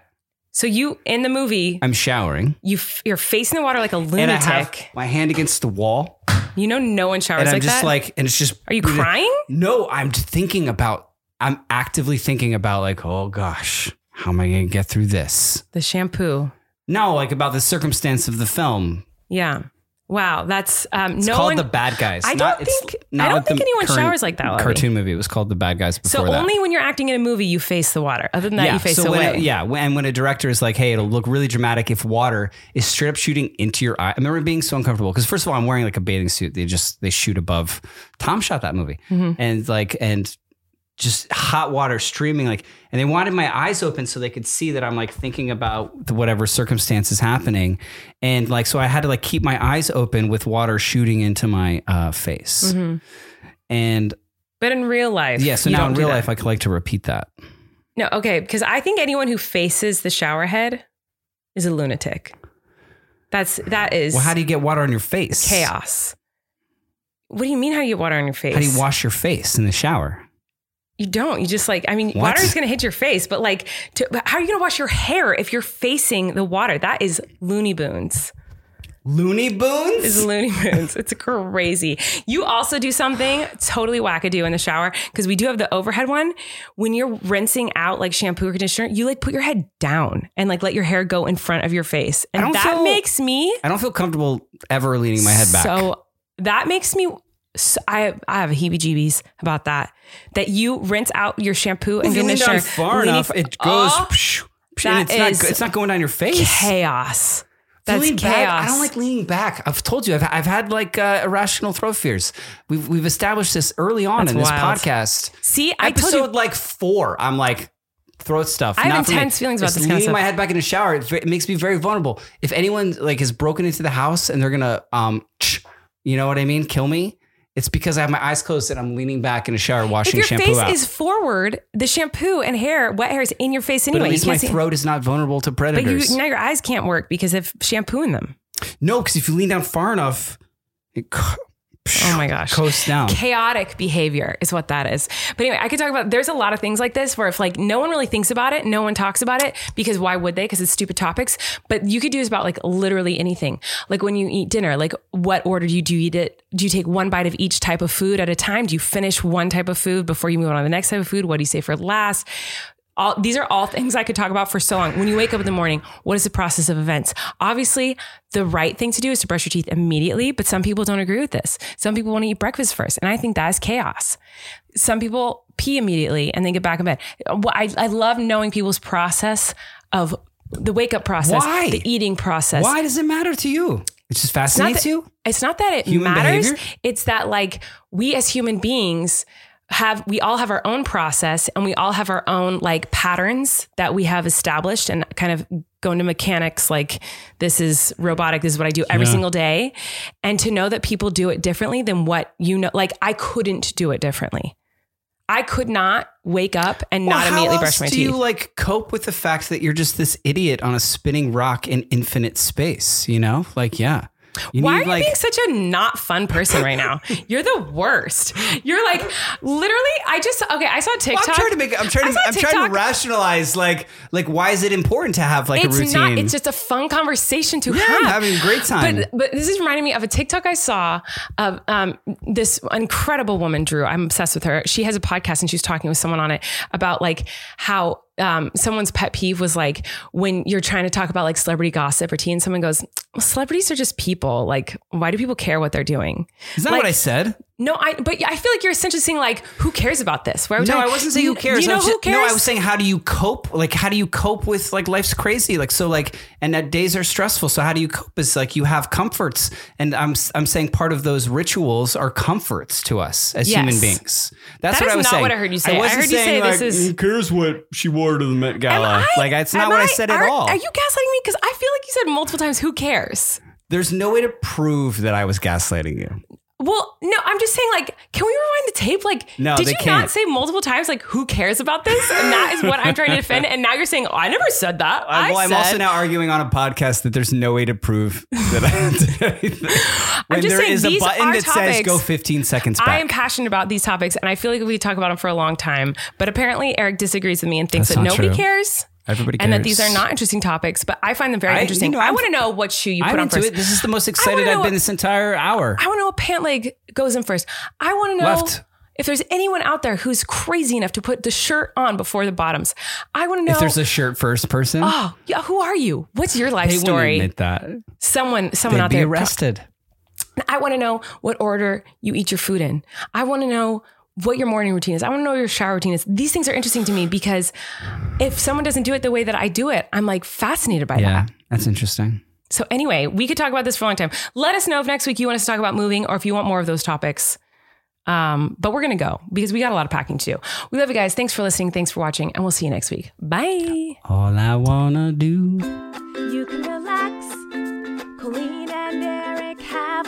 Speaker 3: So you in the movie,
Speaker 4: I'm showering.
Speaker 3: you f- you're facing the water like a
Speaker 4: And I
Speaker 3: lunatic.
Speaker 4: have my hand against the wall,
Speaker 3: you know, no one showers
Speaker 4: and I'm
Speaker 3: like
Speaker 4: just
Speaker 3: that.
Speaker 4: like, and it's just.
Speaker 3: Are you crying?
Speaker 4: No, I'm just thinking about. I'm actively thinking about like, oh gosh, how am I going to get through this?
Speaker 3: The shampoo.
Speaker 4: No, like about the circumstance of the film.
Speaker 3: Yeah. Wow. That's um,
Speaker 4: It's
Speaker 3: no
Speaker 4: called
Speaker 3: one.
Speaker 4: The Bad Guys.
Speaker 3: I
Speaker 4: Not-
Speaker 3: don't
Speaker 4: it's
Speaker 3: think-
Speaker 4: not
Speaker 3: I don't
Speaker 4: like the
Speaker 3: think anyone
Speaker 4: current
Speaker 3: showers like that, Levy.
Speaker 4: Cartoon movie. It was called The Bad Guys.
Speaker 3: so
Speaker 4: Before that.
Speaker 3: only when you're acting in a movie, you face the water. Other than that, you face
Speaker 4: so when a-
Speaker 3: away.
Speaker 4: yeah, when, and when a director is like, "Hey, it'll look really dramatic if water is straight up shooting into your eye." I remember being so uncomfortable because first of all, I'm wearing like a bathing suit. They just they shoot above. Tom shot that movie,
Speaker 3: Mm-hmm.
Speaker 4: and like and just hot water streaming like and they wanted my eyes open so they could see that i'm like thinking about the whatever circumstance is happening and like so i had to like keep my eyes open with water shooting into my uh, face and
Speaker 3: But in real life,
Speaker 4: yeah so
Speaker 3: Mm-hmm. you
Speaker 4: now
Speaker 3: don't
Speaker 4: in
Speaker 3: do
Speaker 4: real
Speaker 3: that.
Speaker 4: life i could like to repeat that
Speaker 3: no. Okay, because I think anyone who faces the shower head is a lunatic. That's that is
Speaker 4: well how do you get water on your face
Speaker 3: chaos. What do you mean? How do you get water on your face?
Speaker 4: How do you wash your face in the shower?
Speaker 3: You don't. You just like, I mean,
Speaker 4: What?
Speaker 3: water is going to hit your face, but like, to, but how are you going to wash your hair if you're facing the water? That is loony boons.
Speaker 4: Looney
Speaker 3: Is
Speaker 4: Boons?
Speaker 3: loony boons. It's crazy. You also do something totally wackadoo in the shower because we do have the overhead one. When you're rinsing out like shampoo or conditioner, you like put your head down and like let your hair go in front of your face,
Speaker 4: I don't
Speaker 3: and that
Speaker 4: feel-
Speaker 3: makes me
Speaker 4: I don't feel comfortable ever leaning my head back.
Speaker 3: So that makes me. So I I have heebie-jeebies about that. That you rinse out your shampoo and
Speaker 4: if you lean
Speaker 3: conditioner
Speaker 4: down far
Speaker 3: leaning-
Speaker 4: enough, it goes.
Speaker 3: Oh,
Speaker 4: psh, psh,
Speaker 3: that
Speaker 4: and it's, not,
Speaker 3: is
Speaker 4: go- it's not going down your face.
Speaker 3: chaos.
Speaker 4: If you
Speaker 3: That's
Speaker 4: lean
Speaker 3: chaos.
Speaker 4: back- I don't like leaning back. I've told you, I've, I've had like uh, irrational throat fears. We've, we've established this early on
Speaker 3: That's
Speaker 4: in this
Speaker 3: wild.
Speaker 4: podcast.
Speaker 3: See, I
Speaker 4: Episode
Speaker 3: told you.
Speaker 4: like four, I'm like, throat stuff.
Speaker 3: I have
Speaker 4: not for me.
Speaker 3: intense feelings about
Speaker 4: Just
Speaker 3: this kind of
Speaker 4: leaning
Speaker 3: stuff.
Speaker 4: my head back in the shower, it, it makes me very vulnerable. If anyone like has broken into the house and they're gonna, um, tch, you know what I mean, kill me, it's because I have my eyes closed and I'm leaning back in a shower
Speaker 3: If
Speaker 4: washing
Speaker 3: your
Speaker 4: shampoo
Speaker 3: face
Speaker 4: out.
Speaker 3: is forward, the shampoo and hair, wet hair is in your face
Speaker 4: but
Speaker 3: anyway.
Speaker 4: at least
Speaker 3: you
Speaker 4: my
Speaker 3: can't see-
Speaker 4: throat is not vulnerable to
Speaker 3: But
Speaker 4: predators.
Speaker 3: you, now your eyes can't work because of shampoo in them.
Speaker 4: no, because if you lean down far enough, it,
Speaker 3: Oh my gosh.
Speaker 4: Coast down.
Speaker 3: Chaotic behavior is what that is. But anyway, I could talk about there's a lot of things like this where if like no one really thinks about it, no one talks about it because why would they? Because it's stupid topics. But you could do this about like literally anything. Like when you eat dinner, like what order do you do you eat it? Do you take one bite of each type of food at a time? Do you finish one type of food before you move on to the next type of food? What do you say for last? all these are all things I could talk about for so long. When you wake up in the morning, what is the process of events? Obviously, the right thing to do is to brush your teeth immediately, but some people don't agree with this. Some people want to eat breakfast first, and I think that is chaos. Some people pee immediately and then get back in bed. Well, I, I love knowing people's process of the wake up process,
Speaker 4: Why?
Speaker 3: the eating process.
Speaker 4: Why does it matter to you? It just
Speaker 3: It's not
Speaker 4: fascinates
Speaker 3: that,
Speaker 4: you.
Speaker 3: It's not that it
Speaker 4: Human
Speaker 3: matters.
Speaker 4: behavior?
Speaker 3: It's that like we as human beings have we all have our own process and we all have our own like patterns that we have established and kind of go into mechanics like this is robotic this is what I do every
Speaker 4: Yeah.
Speaker 3: single day and to know that people do it differently than what you know like I couldn't do it differently. I could not wake up and
Speaker 4: Well,
Speaker 3: not
Speaker 4: how
Speaker 3: immediately
Speaker 4: else
Speaker 3: brush my
Speaker 4: do
Speaker 3: teeth.
Speaker 4: you like cope with the fact that you're just this idiot on a spinning rock in infinite space? You know, like yeah. You need,
Speaker 3: Why are you
Speaker 4: like,
Speaker 3: being such a not fun person right now? You're the worst. You're like literally. I just okay. I saw
Speaker 4: Well,
Speaker 3: TikTok.
Speaker 4: I'm trying to make. I'm
Speaker 3: I
Speaker 4: trying to.
Speaker 3: saw
Speaker 4: I'm trying to
Speaker 3: TikTok.
Speaker 4: rationalize. Like, like why is it important to have like
Speaker 3: it's
Speaker 4: a routine?
Speaker 3: not. It's just a fun conversation to
Speaker 4: Yeah,
Speaker 3: have.
Speaker 4: I'm having a great time.
Speaker 3: But but this is reminding me of a TikTok I saw of um, this incredible woman, Drew. I'm obsessed with her. She has a podcast and she was talking with someone on it about like how um, someone's pet peeve was like when you're trying to talk about like celebrity gossip or tea, and someone goes, well, "Celebrities are just people. Like, why do people care what they're doing?"
Speaker 4: Is that
Speaker 3: like-
Speaker 4: what I said?
Speaker 3: No, I. But I feel like you're essentially saying like, who cares about this? Where
Speaker 4: Oh, No, I wasn't saying who cares.
Speaker 3: You know
Speaker 4: I was
Speaker 3: who
Speaker 4: just-
Speaker 3: cares?
Speaker 4: No, I was saying how do you cope? Like how do you cope with like life's crazy? Like so like and that days are stressful. So how do you cope? Is like you have comforts, and I'm I'm saying part of those rituals are comforts to us as
Speaker 3: Yes.
Speaker 4: human beings. That's
Speaker 3: That
Speaker 4: what
Speaker 3: is
Speaker 4: I was
Speaker 3: not
Speaker 4: saying.
Speaker 3: what I heard you say. I
Speaker 4: wasn't
Speaker 3: heard you
Speaker 4: saying,
Speaker 3: say this
Speaker 4: like,
Speaker 3: is-
Speaker 4: "Who cares what she wore to the Met
Speaker 3: Am
Speaker 4: Gala.
Speaker 3: I-
Speaker 4: like it's
Speaker 3: am
Speaker 4: not what I, said
Speaker 3: are-
Speaker 4: at all.
Speaker 3: Are you gaslighting me? Because I feel like you said multiple times, who cares?
Speaker 4: There's no way to prove that I was gaslighting you.
Speaker 3: Well, no, I'm just saying, like, can we rewind the tape? Like,
Speaker 4: No,
Speaker 3: did
Speaker 4: they
Speaker 3: you
Speaker 4: can't.
Speaker 3: not say multiple times, like, who cares about this? And that is what I'm trying to defend. And now you're saying, oh, I never said that.
Speaker 4: I, Uh,
Speaker 3: I
Speaker 4: well, I'm
Speaker 3: said-
Speaker 4: also now arguing on a podcast that there's no way to prove that I did anything. When
Speaker 3: just
Speaker 4: there
Speaker 3: saying
Speaker 4: is
Speaker 3: these
Speaker 4: a button
Speaker 3: are
Speaker 4: that says
Speaker 3: topics
Speaker 4: go 15 seconds back.
Speaker 3: I am passionate about these topics, and I feel like we could talk about them for a long time. But apparently, Eric disagrees with me and thinks
Speaker 4: That's
Speaker 3: that
Speaker 4: not
Speaker 3: nobody
Speaker 4: true.
Speaker 3: cares.
Speaker 4: Everybody
Speaker 3: And that these are
Speaker 4: cares.
Speaker 3: not interesting topics, but I find them very
Speaker 4: I- you
Speaker 3: interesting.
Speaker 4: know,
Speaker 3: I
Speaker 4: I'm-
Speaker 3: want to know what shoe you
Speaker 4: I'm
Speaker 3: put on
Speaker 4: into
Speaker 3: first.
Speaker 4: it. This is the most excited
Speaker 3: wanna
Speaker 4: I've
Speaker 3: know-
Speaker 4: been this entire hour.
Speaker 3: I want to know what pant leg goes in first. I want to know
Speaker 4: Left.
Speaker 3: if there's anyone out there who's crazy enough to put the shirt on before the bottoms. I want to know.
Speaker 4: If there's a shirt first person,
Speaker 3: oh, yeah, who are you? What's your life
Speaker 4: they
Speaker 3: story?
Speaker 4: wouldn't admit that.
Speaker 3: someone, someone
Speaker 4: They'd
Speaker 3: out
Speaker 4: be
Speaker 3: there.
Speaker 4: arrested.
Speaker 3: I want to know what order you eat your food in. I want to know what your morning routine is. I want to know your shower routine is. These things are interesting to me because if someone doesn't do it the way that I do it, I'm like fascinated by that.
Speaker 4: Yeah, that's interesting.
Speaker 3: So anyway, we could talk about this for a long time. Let us know if next week you want us to talk about moving or if you want more of those topics. Um, but we're gonna go because we got a lot of packing to do. We love you guys. Thanks for listening. Thanks for watching, and we'll see you next week. Bye.
Speaker 4: All I wanna do.
Speaker 2: You can relax. Colleen and Eric have